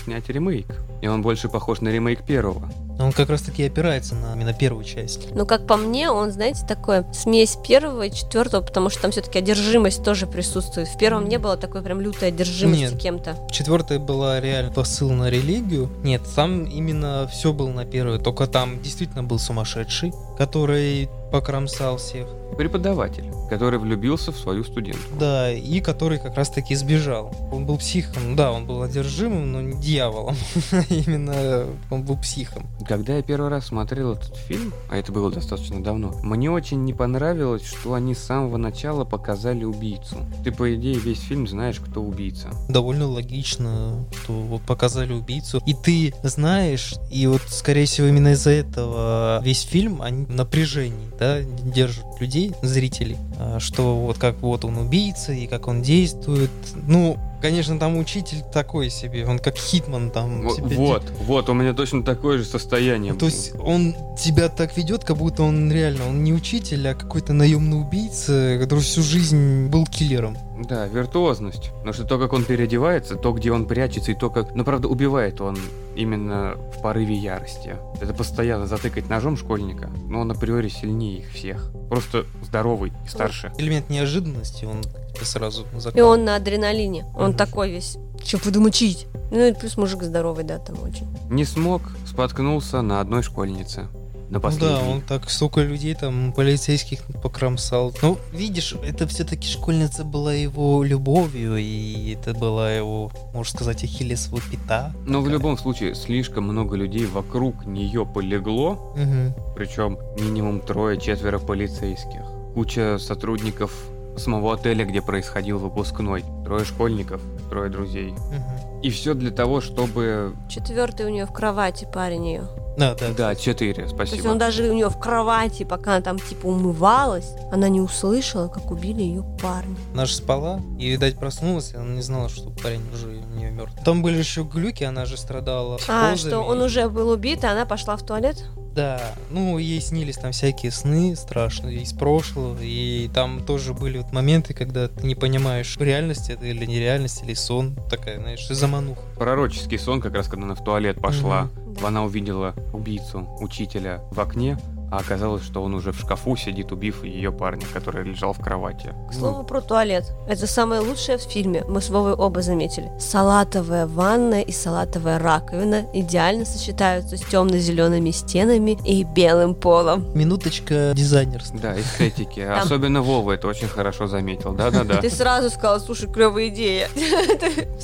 Speaker 1: снять ремейк. И он больше похож на ремейк первого.
Speaker 3: Он как раз таки опирается на именно первую часть.
Speaker 2: Но, как по мне, он, знаете, такой смесь первого и четвертого, потому что там все-таки одержимость тоже присутствует. В первом не было такой прям лютой одержимости
Speaker 3: Нет.
Speaker 2: кем-то.
Speaker 3: Четвертая была реально посыл на религию. Нет, там именно все было на первую. Только там действительно был сумасшедший, который покромсал всех.
Speaker 1: Преподаватель, который влюбился в свою студентку.
Speaker 3: Да, и который как раз таки сбежал. Он был психом, да, он был одержимым, но не дьяволом. Именно он был психом.
Speaker 1: Когда я первый раз смотрел этот фильм, а это было достаточно давно, мне очень не понравилось, что они с самого начала показали убийцу. Ты, по идее, весь фильм знаешь, кто убийца.
Speaker 3: Довольно логично, что вот показали убийцу. И ты знаешь, и вот, скорее всего, именно из-за этого весь фильм, они в напряжении, да, держат людей, зрителей, а, что вот как вот он убийца и как он действует. Ну, конечно, там учитель такой себе, он как Хитман там.
Speaker 1: Во-
Speaker 3: себя
Speaker 1: вот, вот, у меня точно такое же состояние.
Speaker 3: Ну, То есть он тебя так ведет, как будто он реально, он не учитель, а какой-то наемный убийца, который всю жизнь был киллером.
Speaker 1: Да, виртуозность. Потому что то, как он переодевается, то, где он прячется, и то, как... Ну, правда, убивает он именно в порыве ярости. Это постоянно затыкать ножом школьника, но он априори сильнее их всех. Просто здоровый и старше.
Speaker 3: Элемент неожиданности, он сразу
Speaker 2: И
Speaker 3: закрыл.
Speaker 2: он на адреналине. Он
Speaker 3: Мгм.
Speaker 2: такой весь. Че буду мучить? Ну и плюс мужик здоровый, да, там очень.
Speaker 1: Не смог, споткнулся на одной школьнице. На
Speaker 3: Ну
Speaker 1: последней.
Speaker 3: да, он так столько людей там, полицейских покромсал. Ну, видишь, это все-таки школьница была его любовью, и это была его, можно сказать, ахиллесова пята.
Speaker 1: Но в
Speaker 3: такая.
Speaker 1: любом случае, слишком много людей вокруг нее полегло,
Speaker 3: Мгм.
Speaker 1: Причем минимум трое-четверо полицейских. Куча сотрудников самого отеля, где происходил выпускной. Трое школьников, трое друзей.
Speaker 3: Мгм.
Speaker 1: И все для того, чтобы...
Speaker 2: Четвертый у нее в кровати парень ее.
Speaker 3: Да, да.
Speaker 1: Да, четыре,
Speaker 2: То
Speaker 1: спасибо.
Speaker 2: есть он даже у нее в кровати, пока она там типа умывалась, она не услышала, как убили ее парня.
Speaker 3: Она же спала и, видать, проснулась, и она не знала, что парень уже у нее мертв. Там были еще глюки, она же страдала.
Speaker 2: А,
Speaker 3: психозами.
Speaker 2: что он уже был убит, и она пошла в туалет?
Speaker 3: Да, ну ей снились там всякие сны страшные из прошлого, и там тоже были вот моменты, когда ты не понимаешь, реальность это или нереальность, или сон, такая, знаешь, замануха.
Speaker 1: Пророческий сон, как раз когда она в туалет пошла.
Speaker 2: Да.
Speaker 1: Она увидела убийцу, учителя в окне, а оказалось, что он уже в шкафу сидит, убив ее парня, который лежал в кровати. Ну,
Speaker 2: К слову про туалет. Это самое лучшее в фильме. Мы с Вовой оба заметили. Салатовая ванна и салатовая раковина идеально сочетаются с темно-зелеными стенами и белым полом.
Speaker 3: Минуточка дизайнерства.
Speaker 1: Да, эстетики. Особенно Вова это очень хорошо заметил. Да-да-да.
Speaker 2: Ты сразу сказала, слушай, клевая идея.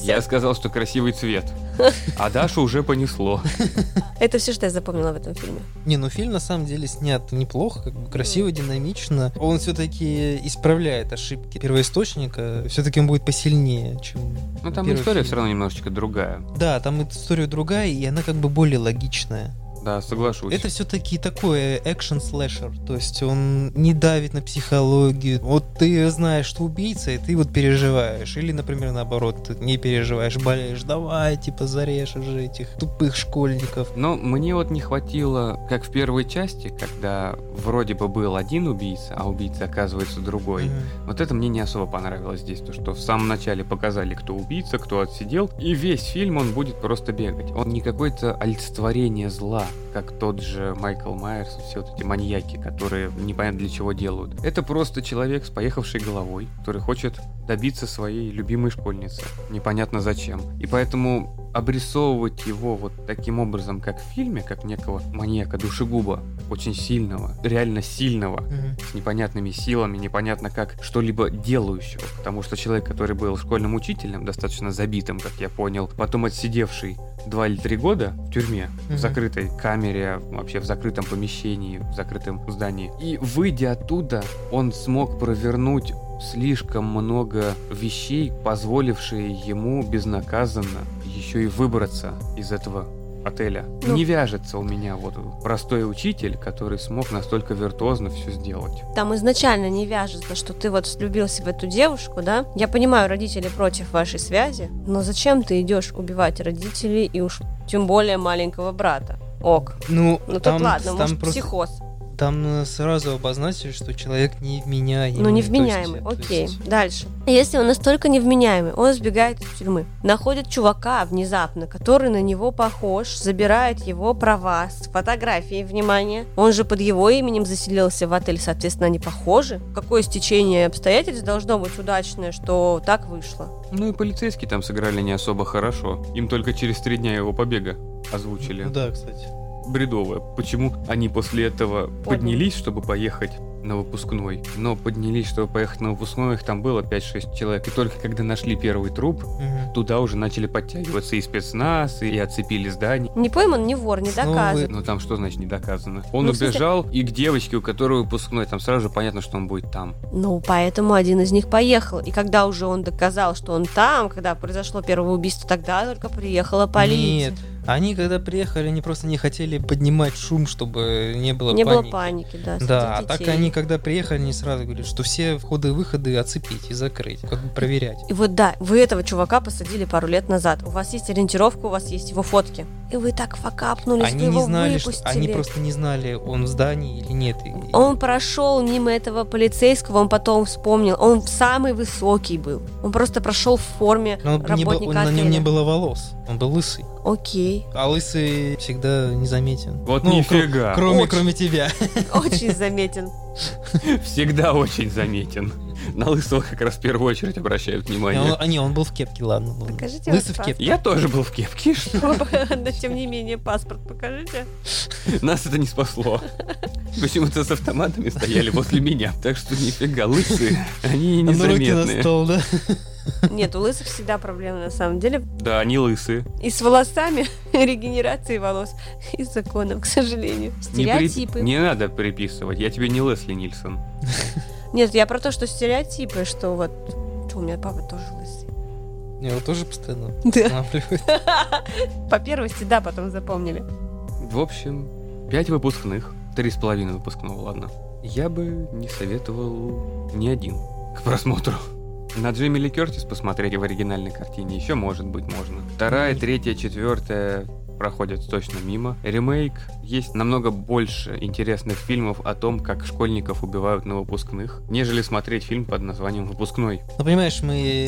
Speaker 1: Я сказал, что красивый цвет. А Дашу уже понесло.
Speaker 2: Это все, что я запомнила в этом фильме.
Speaker 3: Не, ну фильм на самом деле снят неплохо, как бы красиво, динамично. Он все-таки исправляет ошибки первоисточника, все-таки он будет посильнее, чем...
Speaker 1: Ну там
Speaker 3: первый
Speaker 1: история
Speaker 3: фильм.
Speaker 1: все равно немножечко другая.
Speaker 3: Да, там эта история другая, и она как бы более логичная.
Speaker 1: Да, соглашусь.
Speaker 3: Это все-таки такое экшен-слэшер, то есть он не давит на психологию. Вот ты знаешь, что убийца, и ты вот переживаешь. Или, например, наоборот, ты не переживаешь, болеешь, давай, типа, зарежь уже этих тупых школьников.
Speaker 1: Но мне вот не хватило, как в первой части, когда вроде бы был один убийца, а убийца оказывается другой.
Speaker 3: Мгм.
Speaker 1: Вот это мне не особо понравилось здесь, то что в самом начале показали, кто убийца, кто отсидел, и весь фильм он будет просто бегать. Он не какое-то олицетворение зла, как тот же Майкл Майерс, все вот эти маньяки, которые непонятно для чего делают. Это просто человек с поехавшей головой, который хочет добиться своей любимой школьницы. Непонятно зачем. И поэтому обрисовывать его вот таким образом, как в фильме, как некого маньяка, душегуба, очень сильного, реально сильного,
Speaker 3: Мгм.
Speaker 1: с непонятными силами, непонятно как что-либо делающего. Потому что человек, который был школьным учителем, достаточно забитым, как я понял, потом отсидевший два или три года в тюрьме, в
Speaker 3: Мгм.
Speaker 1: закрытой камере, вообще в закрытом помещении, в закрытом здании. И выйдя оттуда, он смог провернуть слишком много вещей, позволившие ему безнаказанно еще и выбраться из этого отеля.
Speaker 2: Ну.
Speaker 1: Не вяжется у меня вот простой учитель, который смог настолько виртуозно все сделать.
Speaker 2: Там изначально не вяжется, что ты вот влюбился в эту девушку, да? Я понимаю, родители против вашей связи, но зачем ты идешь убивать родителей и уж тем более маленького брата? Ок.
Speaker 3: Ну,
Speaker 2: Ну
Speaker 3: там,
Speaker 2: тут ладно,
Speaker 3: там
Speaker 2: может,
Speaker 3: просто-
Speaker 2: психоз.
Speaker 3: Там э, сразу обозначили, что человек невменяемый.
Speaker 2: Ну,
Speaker 3: то
Speaker 2: невменяемый,
Speaker 3: есть- то
Speaker 2: окей.
Speaker 3: есть-
Speaker 2: Дальше. Если он настолько невменяемый, он сбегает из тюрьмы. Находит чувака внезапно, который на него похож, забирает его права с фотографией, внимание. Он же под его именем заселился в отель, соответственно, они похожи. Какое стечение обстоятельств должно быть удачное, что так вышло?
Speaker 1: Ну и полицейские там сыграли не особо хорошо. Им только через три дня его побега озвучили.
Speaker 3: Ну Да, кстати.
Speaker 1: Бредовое. Почему они после этого поднялись, чтобы поехать на выпускной, но поднялись, чтобы поехать на выпускной, их там было 5-6 человек. И только когда нашли первый труп,
Speaker 3: Мгм.
Speaker 1: туда уже начали подтягиваться и спецназ, и оцепили здание.
Speaker 2: Не пойман, не вор, не
Speaker 3: Снова
Speaker 2: доказан.
Speaker 1: Но там что значит не доказано? Он
Speaker 2: Ну, кстати-
Speaker 1: убежал, и к девочке, у которой выпускной, там сразу же понятно, что он будет там.
Speaker 2: Ну, поэтому один из них поехал. И когда уже он доказал, что он там, когда произошло первое убийство, тогда только приехала полиция.
Speaker 3: Нет. Они когда приехали, они просто не хотели поднимать шум, чтобы не было
Speaker 2: не
Speaker 3: паники.
Speaker 2: было паники, да. среди
Speaker 3: Да, а так
Speaker 2: детей.
Speaker 3: они, когда приехали, они сразу говорили, что все входы и выходы оцепить и закрыть, как бы проверять.
Speaker 2: И вот да, вы этого чувака посадили пару лет назад. У вас есть ориентировка, у вас есть его фотки. И вы так факапнулись,
Speaker 3: они
Speaker 2: вы
Speaker 3: не
Speaker 2: его
Speaker 3: знали, что,
Speaker 2: выпустили.
Speaker 3: они просто не знали, он в здании или нет. и- и-
Speaker 2: Он прошел мимо этого полицейского, он потом вспомнил. Он самый высокий был. Он просто прошел в форме
Speaker 3: Но он не был-
Speaker 2: работника
Speaker 3: он- на нем
Speaker 2: отеля.
Speaker 3: не было волос, он был лысый.
Speaker 2: Окей.
Speaker 3: А лысый всегда незаметен.
Speaker 1: Вот
Speaker 3: Ну, кр-
Speaker 1: нифига.
Speaker 3: кроме,
Speaker 2: Очень.
Speaker 3: кроме тебя.
Speaker 2: Очень заметен.
Speaker 1: Всегда очень заметен. На лысого как раз в первую очередь обращают
Speaker 3: Не,
Speaker 1: внимание.
Speaker 3: он- а не, он был в кепке, ладно. ладно.
Speaker 2: Покажите
Speaker 3: лысый
Speaker 2: ваш
Speaker 3: в кепке.
Speaker 1: Я тоже был в кепке, что?
Speaker 2: Но тем не менее, паспорт покажите.
Speaker 1: Нас это не спасло. Почему-то с автоматами стояли возле меня. Так что нифига, лысые. Они
Speaker 3: Ну, руки на
Speaker 1: незаметные.
Speaker 3: стол, да?
Speaker 2: Нет, у лысых всегда проблемы на самом деле.
Speaker 1: Да, они лысые.
Speaker 2: И с волосами, регенерацией волос, и с законом, к сожалению.
Speaker 1: Не, при-
Speaker 2: Стереотипы.
Speaker 1: не надо приписывать. Я тебе не Лесли Нильсон.
Speaker 2: Нет, я про то, что стереотипы, что вот... Чё, у меня папа тоже лысый.
Speaker 3: Не, вот тоже постоянно
Speaker 2: Да.
Speaker 3: останавливает.
Speaker 2: По первости, да, потом запомнили.
Speaker 1: В общем, пять выпускных. Три с половиной выпускного, ладно. Я бы не советовал ни один к просмотру. На Джимми Ли Кертис посмотреть в оригинальной картине еще, может быть, можно. Вторая, третья, четвертая проходят точно мимо. Ремейк есть намного больше интересных фильмов о том, как школьников убивают на выпускных, нежели смотреть фильм под названием «Выпускной».
Speaker 3: Ну, понимаешь, мы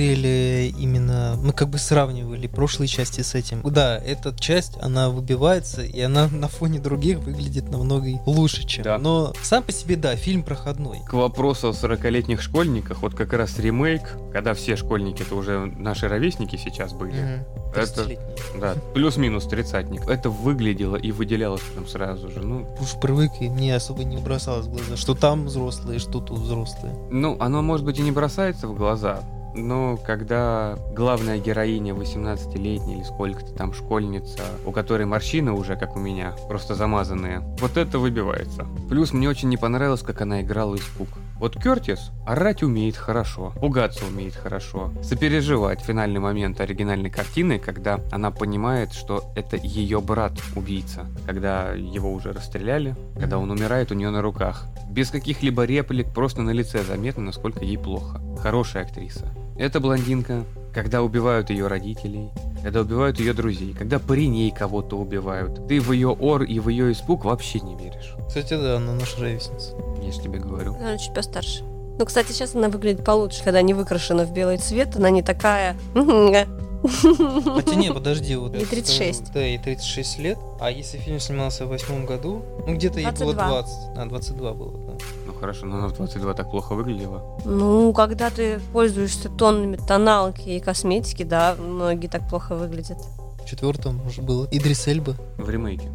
Speaker 3: смотрели именно... Мы как бы сравнивали прошлые части с этим. Да, эта часть, она выбивается, и она на фоне других выглядит намного и лучше, чем...
Speaker 1: Да.
Speaker 3: Но сам по себе, да, фильм проходной.
Speaker 1: К вопросу о 40-летних школьниках, вот как раз ремейк, когда все школьники, это уже наши ровесники сейчас были,
Speaker 3: Мгм.
Speaker 1: Это-
Speaker 3: 30-летний.
Speaker 1: Да, плюс-минус тридцатник. Это выглядело и выделялось прям сразу же. Ну,
Speaker 3: Уж привык, и мне особо не бросалось в глаза, что там взрослые, что тут взрослые.
Speaker 1: ну, оно, может быть, и не бросается в глаза, но Ну, когда главная героиня 18-летняя или сколько-то там школьница, у которой морщины уже, как у меня, просто замазанные, вот это выбивается. Плюс мне очень не понравилось, как она играла испуг. Вот Кертис орать умеет хорошо, пугаться умеет хорошо, сопереживать финальный момент оригинальной картины, когда она понимает, что это ее брат убийца, когда его уже расстреляли, когда он умирает у нее на руках. Без каких-либо реплик, просто на лице заметно, насколько ей плохо. Хорошая актриса. Эта блондинка, когда убивают ее родителей, когда убивают ее друзей, когда парней кого-то убивают, ты в ее ор и в ее испуг вообще не веришь.
Speaker 3: Кстати, да, она наша ровесница.
Speaker 1: Я же тебе говорю.
Speaker 2: Она чуть постарше. Ну, кстати, сейчас она выглядит получше, когда не выкрашена в белый цвет, она не такая...
Speaker 3: Хотя не, подожди, вот...
Speaker 2: Ей
Speaker 3: я
Speaker 2: 36.
Speaker 3: скажу, Да, ей 36 лет. А если фильм снимался в восьмом году, ну где-то ей было
Speaker 2: 22.
Speaker 3: 20. А, 22 было, да.
Speaker 1: Ну хорошо, но она в 22 так плохо выглядела.
Speaker 2: Ну, когда ты пользуешься тоннами тоналки и косметики, да, многие так плохо выглядят.
Speaker 3: В четвертом уже было. Идрис Эльба,
Speaker 1: В ремейке.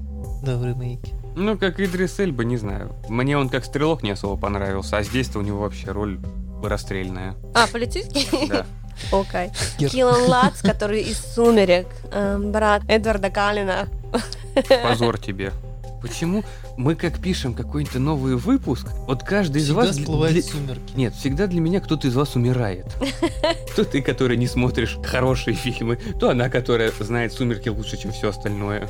Speaker 3: да, в ремейке.
Speaker 1: Ну, как Идрис Эльба, не знаю. Мне он как стрелок не особо понравился, а здесь-то у него вообще роль расстрельная.
Speaker 2: А, полицейский?
Speaker 1: Да.
Speaker 2: Окей.
Speaker 3: Гер-
Speaker 2: Киллан Лац, который из «Сумерек», эм, брат Эдварда Каллина.
Speaker 1: Позор тебе. Почему мы как пишем какой-то новый выпуск, вот каждый из
Speaker 3: Всегда
Speaker 1: вас... для-
Speaker 3: всплывает
Speaker 1: для-
Speaker 3: сумерки.
Speaker 1: Нет, всегда для меня кто-то из вас умирает. То ты, который не смотришь хорошие фильмы, то она, которая знает «Сумерки» лучше, чем все остальное.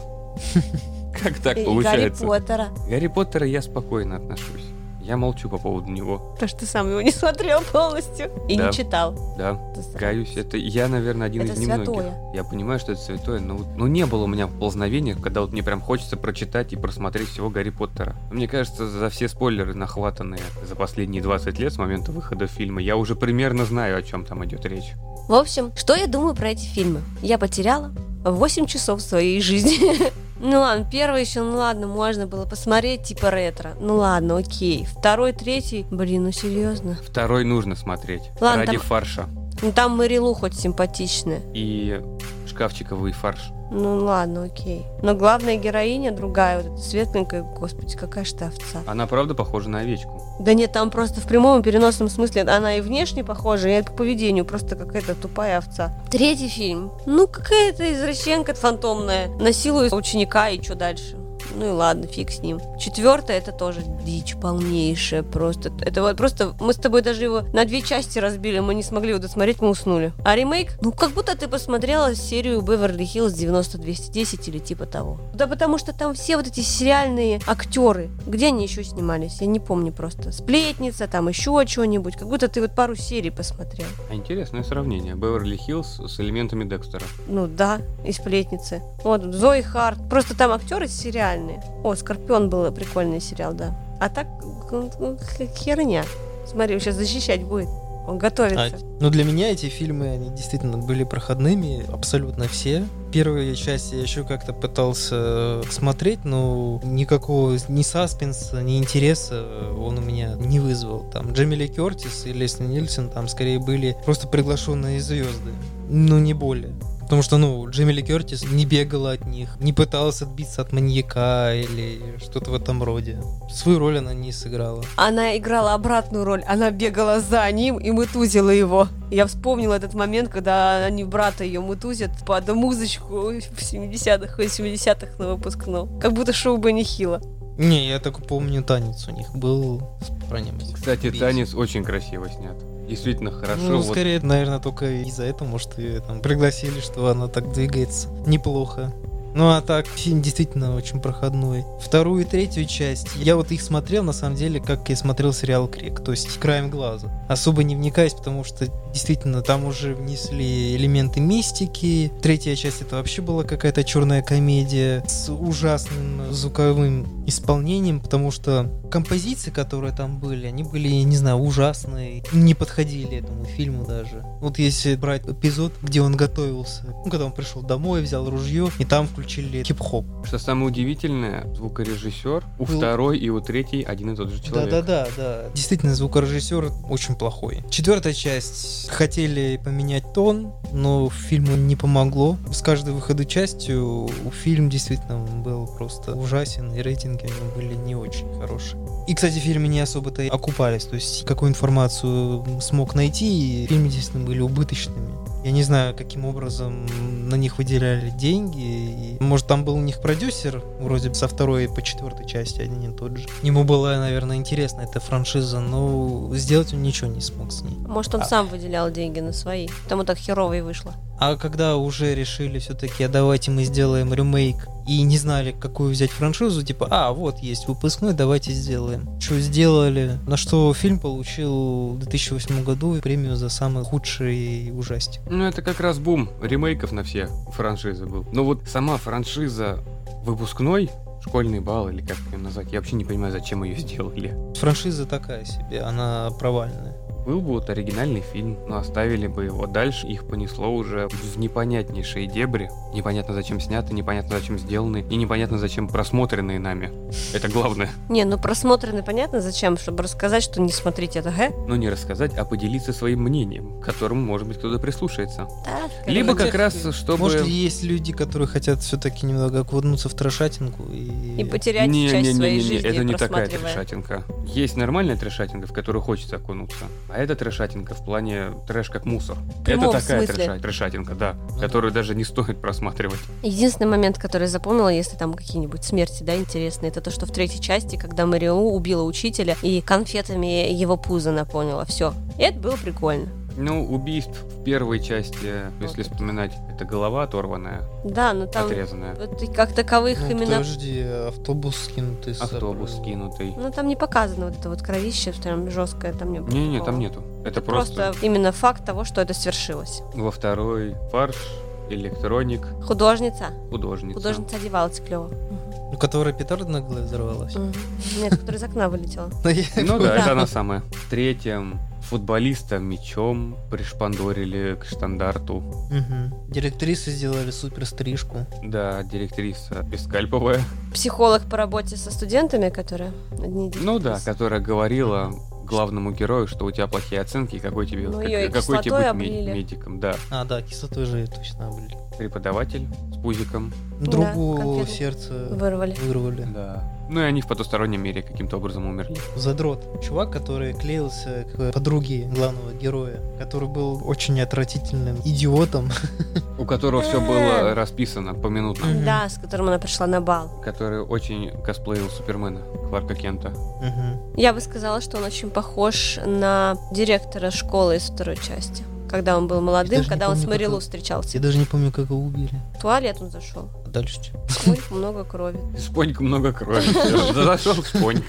Speaker 1: Как так
Speaker 2: И Гарри
Speaker 1: получается?
Speaker 2: Поттера.
Speaker 1: Гарри Поттера я спокойно отношусь. Я молчу по поводу него.
Speaker 2: Потому что ты сам его не смотрел полностью и
Speaker 1: Да.
Speaker 2: не читал.
Speaker 1: Да,
Speaker 2: Ты сам.
Speaker 1: Каюсь, это я, наверное, один
Speaker 2: Это
Speaker 1: из немногих.
Speaker 2: святое.
Speaker 1: Я понимаю, что это святое, но вот- ну, не было у меня ползновения, когда вот мне прям хочется прочитать и просмотреть всего Гарри Поттера. Мне кажется, за все спойлеры, нахватанные за последние 20 лет с момента выхода фильма, я уже примерно знаю, о чем там идет речь.
Speaker 2: В общем, что я думаю про эти фильмы? Я потеряла 8 часов своей жизни. Ну ладно, первый еще, ну ладно, можно было посмотреть, типа ретро. Ну ладно, окей. Второй, третий, блин, ну серьезно.
Speaker 1: Второй нужно смотреть.
Speaker 2: Ладно,
Speaker 1: ради
Speaker 2: там-
Speaker 1: фарша.
Speaker 2: Ну там Марилу хоть симпатичная.
Speaker 1: И шкафчиковый фарш.
Speaker 2: Ну ладно, окей. Но главная героиня другая, вот эта светленькая, господи, какая же ты овца.
Speaker 1: Она правда похожа на овечку.
Speaker 2: Да нет, там просто в прямом и переносном смысле она и внешне похожа, и по поведению просто какая-то тупая овца. Третий фильм. Ну, какая-то извращенка фантомная. Насилует ученика, и что дальше? Ну и ладно, фиг с ним. Четвертое это тоже дичь полнейшая. Просто это вот просто мы с тобой даже его на две части разбили, мы не смогли его досмотреть, мы уснули. А ремейк? Ну, как будто ты посмотрела серию Беверли Хиллз 90-210 или типа того. Да потому что там все вот эти сериальные актеры, где они еще снимались, я не помню просто. Сплетница, там еще что-нибудь. Как будто ты вот пару серий посмотрел.
Speaker 1: А Интересное сравнение. Беверли Хиллз с элементами Декстера.
Speaker 2: Ну да, и сплетницы. Вот, Зои Харт. Просто там актеры сериальные. О, Скорпион был прикольный сериал, да. А так ну, ну, х- херня. Смотри, он сейчас защищать будет. Он
Speaker 3: А,
Speaker 2: готовится.
Speaker 3: ну, для меня эти фильмы, они действительно были проходными, абсолютно все. Первую часть я еще как-то пытался смотреть, но никакого ни саспенса, ни интереса он у меня не вызвал. Там Джемили Кертис и Лесли Нильсон там скорее были просто приглашенные звезды, ну не более. Потому что, ну, Джемили Кертис не бегала от них, не пыталась отбиться от маньяка или что-то в этом роде. Свою роль она не сыграла.
Speaker 2: Она играла обратную роль. Она бегала за ним и мутузила его. Я вспомнила этот момент, когда они брата ее мутузят под музычку в 70-х, 80-х на выпускном. Как будто шоу бы не хило.
Speaker 3: Не, я так помню, танец у них был с парнем. этим.
Speaker 1: Кстати,
Speaker 3: Убить.
Speaker 1: танец очень красиво снят. Действительно хорошо.
Speaker 3: Ну,
Speaker 1: Вот
Speaker 3: скорее, наверное, только из-за этого, может, ее там пригласили, что она так двигается. Неплохо. Ну а так, фильм действительно очень проходной. Вторую и третью часть, я вот их смотрел, на самом деле, как я смотрел сериал Крик, то есть краем глаза. Особо не вникаясь, потому что действительно там уже внесли элементы мистики. Третья часть это вообще была какая-то черная комедия с ужасным звуковым исполнением, потому что композиции, которые там были, они были, я не знаю, ужасные, не подходили этому фильму даже. Вот если брать эпизод, где он готовился, ну, когда он пришел домой, взял ружье, и там включили хип-хоп.
Speaker 1: Что самое удивительное, звукорежиссер у
Speaker 3: Был-
Speaker 1: второй и у третьей один и тот же человек.
Speaker 3: Ну. Да-да-да, да. Действительно, звукорежиссер очень плохой. Четвертая часть. Хотели поменять тон, но фильму не помогло. С каждой выходной частью фильм действительно был просто ужасен, и рейтинги у него были не очень хорошие. И, кстати, фильмы не особо-то и окупались, то есть какую информацию смог найти, и фильмы, действительно, были убыточными. Я не знаю, каким образом на них выделяли деньги. И, может, там был у них продюсер, вроде бы со второй по четвертой части один и тот же. Ему была, наверное, интересна эта франшиза, но сделать он ничего не смог с ней.
Speaker 2: Может, он
Speaker 3: А.
Speaker 2: сам выделял деньги на свои. Потому так херово и вышло.
Speaker 3: А когда уже решили все-таки, а давайте мы сделаем ремейк, и не знали, какую взять франшизу, типа, а, вот есть выпускной, давайте сделаем. Что сделали? На что фильм получил в 2008 году премию за самый худший ужастик.
Speaker 1: Ну, это как раз бум ремейков на все франшизы был. Ну, вот сама франшиза выпускной, школьный бал или как ее назвать, я вообще не понимаю, зачем ее сделали.
Speaker 3: Франшиза такая себе, она провальная.
Speaker 1: Был бы вот оригинальный фильм, но оставили бы его дальше, их понесло уже в непонятнейшие дебри. Непонятно, зачем сняты, непонятно, зачем сделаны, и непонятно, зачем просмотренные нами. Это главное.
Speaker 2: Не, ну просмотрены понятно зачем, чтобы рассказать, что не смотрите это, гэ?
Speaker 1: Но не рассказать, а поделиться своим мнением, к которому, может быть, кто-то прислушается.
Speaker 4: Да,
Speaker 1: Либо
Speaker 3: хотя
Speaker 1: как
Speaker 3: бы-
Speaker 1: раз, чтобы...
Speaker 3: Может, есть люди, которые хотят все-таки немного окунуться в трошатинку и...
Speaker 2: И потерять
Speaker 1: Не,
Speaker 2: часть
Speaker 1: не, не,
Speaker 2: своей
Speaker 1: не, не,
Speaker 2: жизни,
Speaker 1: это не такая
Speaker 2: просматривая.
Speaker 1: трешатинка. Есть нормальная трешатинка, в которую хочется окунуться, а это трешатинка в плане трэш как мусор.
Speaker 2: прямом
Speaker 1: это такая
Speaker 2: Ну, смысле. Ну
Speaker 1: трэша- трешатинка, да,
Speaker 3: да.
Speaker 1: которую даже не стоит просматривать.
Speaker 2: Единственный момент, который я запомнила, если там какие-нибудь смерти, да, интересные, это то, что в третьей части, когда Марио убила учителя и конфетами его пузо наполнила. Все. Это было прикольно.
Speaker 1: Ну, убийств в первой части, если вспоминать, это голова оторванная,
Speaker 2: Да, но там
Speaker 1: отрезанная,
Speaker 2: вот и как таковых
Speaker 3: Ну,
Speaker 2: именно...
Speaker 3: подожди, автобус скинутый. с-
Speaker 1: автобус скинутый.
Speaker 2: Ну там не показано вот это вот кровище прям жесткое, там не было
Speaker 1: Не-не,
Speaker 2: такого.
Speaker 1: там нету. Это
Speaker 2: Просто...
Speaker 1: просто
Speaker 2: именно факт того, что это свершилось.
Speaker 1: во второй фарш, электроник,
Speaker 2: Художница.
Speaker 1: художница.
Speaker 2: Художница одевалась клево.
Speaker 3: Ну, которая петарда на голове взорвалась.
Speaker 2: Ну, Нет, которая из окна вылетела.
Speaker 3: Ну, я
Speaker 1: Ну да,
Speaker 2: Да.
Speaker 1: это она самая. В третьем футболиста мечом пришпандорили к штандарту.
Speaker 3: Мгм. Директрисы сделали супер стрижку.
Speaker 1: Да, директриса бескальповая.
Speaker 2: Психолог по работе со студентами, которые одни
Speaker 1: Ну да,
Speaker 2: директрисы.
Speaker 1: которая говорила главному герою, что у тебя плохие оценки, и какой тебе,
Speaker 2: Ну,
Speaker 1: как-
Speaker 2: её и
Speaker 1: какой тебе
Speaker 2: кислотой
Speaker 1: быть ме-
Speaker 2: облили.
Speaker 1: медиком. Да,
Speaker 3: А, да, кислотой же её точно облили.
Speaker 1: преподаватель с пузиком.
Speaker 3: Другу
Speaker 2: конкретно.
Speaker 3: сердце
Speaker 2: Вырвали.
Speaker 3: вырвали.
Speaker 1: Да. Ну и они в потустороннем мире каким-то образом умерли.
Speaker 3: Задрот. Чувак, который клеился к подруге главного героя, который был очень отвратительным идиотом.
Speaker 1: У которого все
Speaker 3: Э.
Speaker 1: было расписано поминутно.
Speaker 3: Мгм.
Speaker 2: Да, с которым она пришла на бал.
Speaker 1: Который очень косплеил Супермена, Кларка Кента.
Speaker 3: Мгм.
Speaker 2: Я бы сказала, что он очень похож на директора школы из второй части. Когда он был молодым,
Speaker 3: даже не
Speaker 2: когда он с
Speaker 3: помню, как
Speaker 2: Марилу
Speaker 3: его-
Speaker 2: встречался.
Speaker 3: Я даже не помню, как его убили.
Speaker 2: В туалет он зашел.
Speaker 3: А дальше что?
Speaker 2: Ой, много крови.
Speaker 1: Спонька много крови. Зашел Спонь.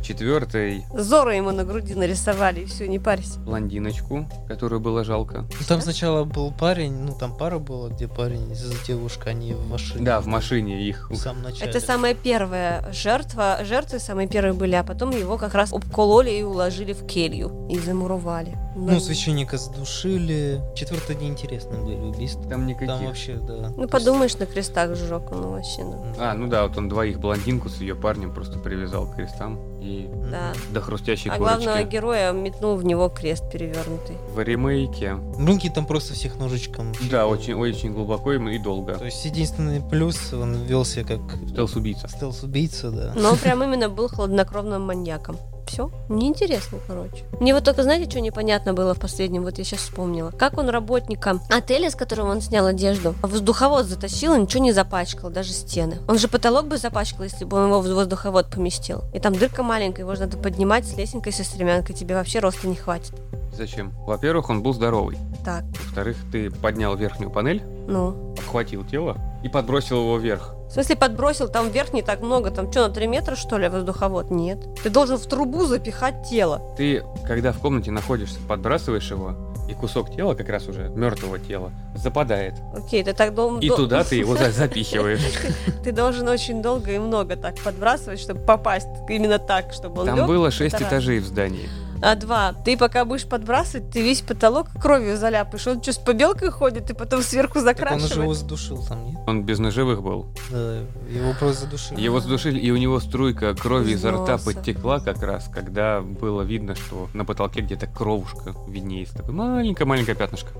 Speaker 1: Четвертый
Speaker 2: Зора ему на груди нарисовали, и все, не парься.
Speaker 1: блондиночку, которую было жалко.
Speaker 3: Ну, там сначала был парень, ну там пара была, где парень с девушкой, они в машине.
Speaker 1: Да, в машине их.
Speaker 3: В самом начале.
Speaker 2: Это самая первая жертва. Жертвы самые первые были, а потом его как раз обкололи и уложили в келью. И замуровали.
Speaker 3: Ну, священника задушили. Четвертый неинтересные были убийства.
Speaker 1: Там никаких.
Speaker 3: Там вообще, да.
Speaker 2: Ну, подумаешь, на крестах жжок, ну вообще, ну.
Speaker 1: А, ну да, вот он двоих блондинку с ее парнем просто привязал к крестам и
Speaker 2: Да.
Speaker 1: до хрустящей
Speaker 2: А
Speaker 1: корочки.
Speaker 2: главного героя метнул в него крест перевернутый.
Speaker 1: В ремейке.
Speaker 3: Руки там просто всех ножичком.
Speaker 1: Да, очень, очень глубоко и и долго.
Speaker 3: То есть единственный плюс, он вел себя как
Speaker 1: Стелс-убийца.
Speaker 3: стелс-убийца, да.
Speaker 2: Но он прям именно был хладнокровным маньяком. Все. Неинтересно, короче. Мне вот только, знаете, что непонятно было в последнем? Вот я сейчас вспомнила. Как он работника отеля, с которого он снял одежду, в воздуховод затащил и ничего не запачкал, даже стены. Он же потолок бы запачкал, если бы он его в воздуховод поместил. И там дырка маленькая, его же надо поднимать с лесенкой, со стремянкой. Тебе вообще роста не хватит.
Speaker 1: Зачем? Во-первых, он был здоровый.
Speaker 2: Так,
Speaker 1: Во-вторых, ты поднял верхнюю панель,
Speaker 2: ну.
Speaker 1: обхватил тело и подбросил его вверх.
Speaker 2: В смысле, подбросил, там вверх не так много, там что, на 3 метра, что ли, воздуховод? Нет. Ты должен в трубу запихать тело.
Speaker 1: Ты, когда в комнате находишься, подбрасываешь его, и кусок тела, как раз уже мертвого тела, западает.
Speaker 2: Окей, ты так долго...
Speaker 1: И
Speaker 2: дол-
Speaker 1: туда ты его за- запихиваешь.
Speaker 2: Ты должен очень долго и много так подбрасывать, чтобы попасть именно так, чтобы он
Speaker 1: Там
Speaker 2: лёг.
Speaker 1: было шесть
Speaker 2: Тарас.
Speaker 1: этажей в здании.
Speaker 2: А два, ты пока будешь подбрасывать, ты весь потолок кровью заляпаешь. Он что, с побелкой ходит и потом сверху
Speaker 3: Так он
Speaker 2: закрашивает?
Speaker 3: же его задушил там, нет?
Speaker 1: Он без ножевых был.
Speaker 3: Да, его просто задушили.
Speaker 1: Его задушили, и у него струйка крови
Speaker 2: Из
Speaker 1: изо рта
Speaker 2: носа.
Speaker 1: подтекла как раз, когда было видно, что на потолке где-то кровушка виднеется. Такое маленькое-маленькое пятнышко.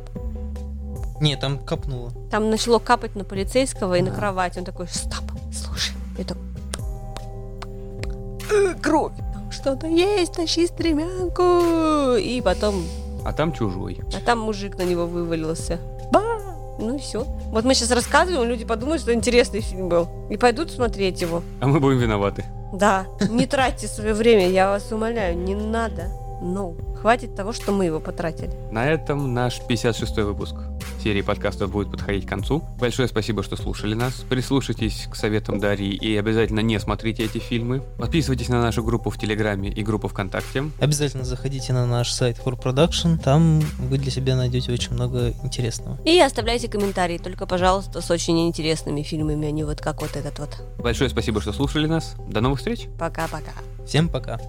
Speaker 3: Не, там копнуло.
Speaker 2: Там начало капать на полицейского и на
Speaker 1: Да.
Speaker 2: кровать. Он такой, стоп, слушай. И так... «Э, Кровь! Там что-то есть, тащи стремянку! И потом...
Speaker 1: А там чужой.
Speaker 2: А там мужик на него вывалился. Ну и все. Вот мы сейчас рассказываем, люди подумают, что интересный фильм был. И пойдут смотреть его.
Speaker 1: А мы будем виноваты.
Speaker 2: Да, не тратьте свое время, я вас умоляю, не надо. Ну, хватит того, что мы его потратили.
Speaker 1: На этом наш 56-й выпуск серии подкастов будет подходить к концу. Большое спасибо, что слушали нас. Прислушайтесь к советам Дарьи и обязательно не смотрите эти фильмы. Подписывайтесь на нашу группу в Телеграме и группу ВКонтакте.
Speaker 3: Обязательно заходите на наш сайт For Production, там вы для себя найдете очень много интересного.
Speaker 2: И оставляйте комментарии, только, пожалуйста, с очень интересными фильмами, а не вот как вот этот вот.
Speaker 1: Большое спасибо, что слушали нас. До новых встреч!
Speaker 2: Пока-пока.
Speaker 3: Всем пока!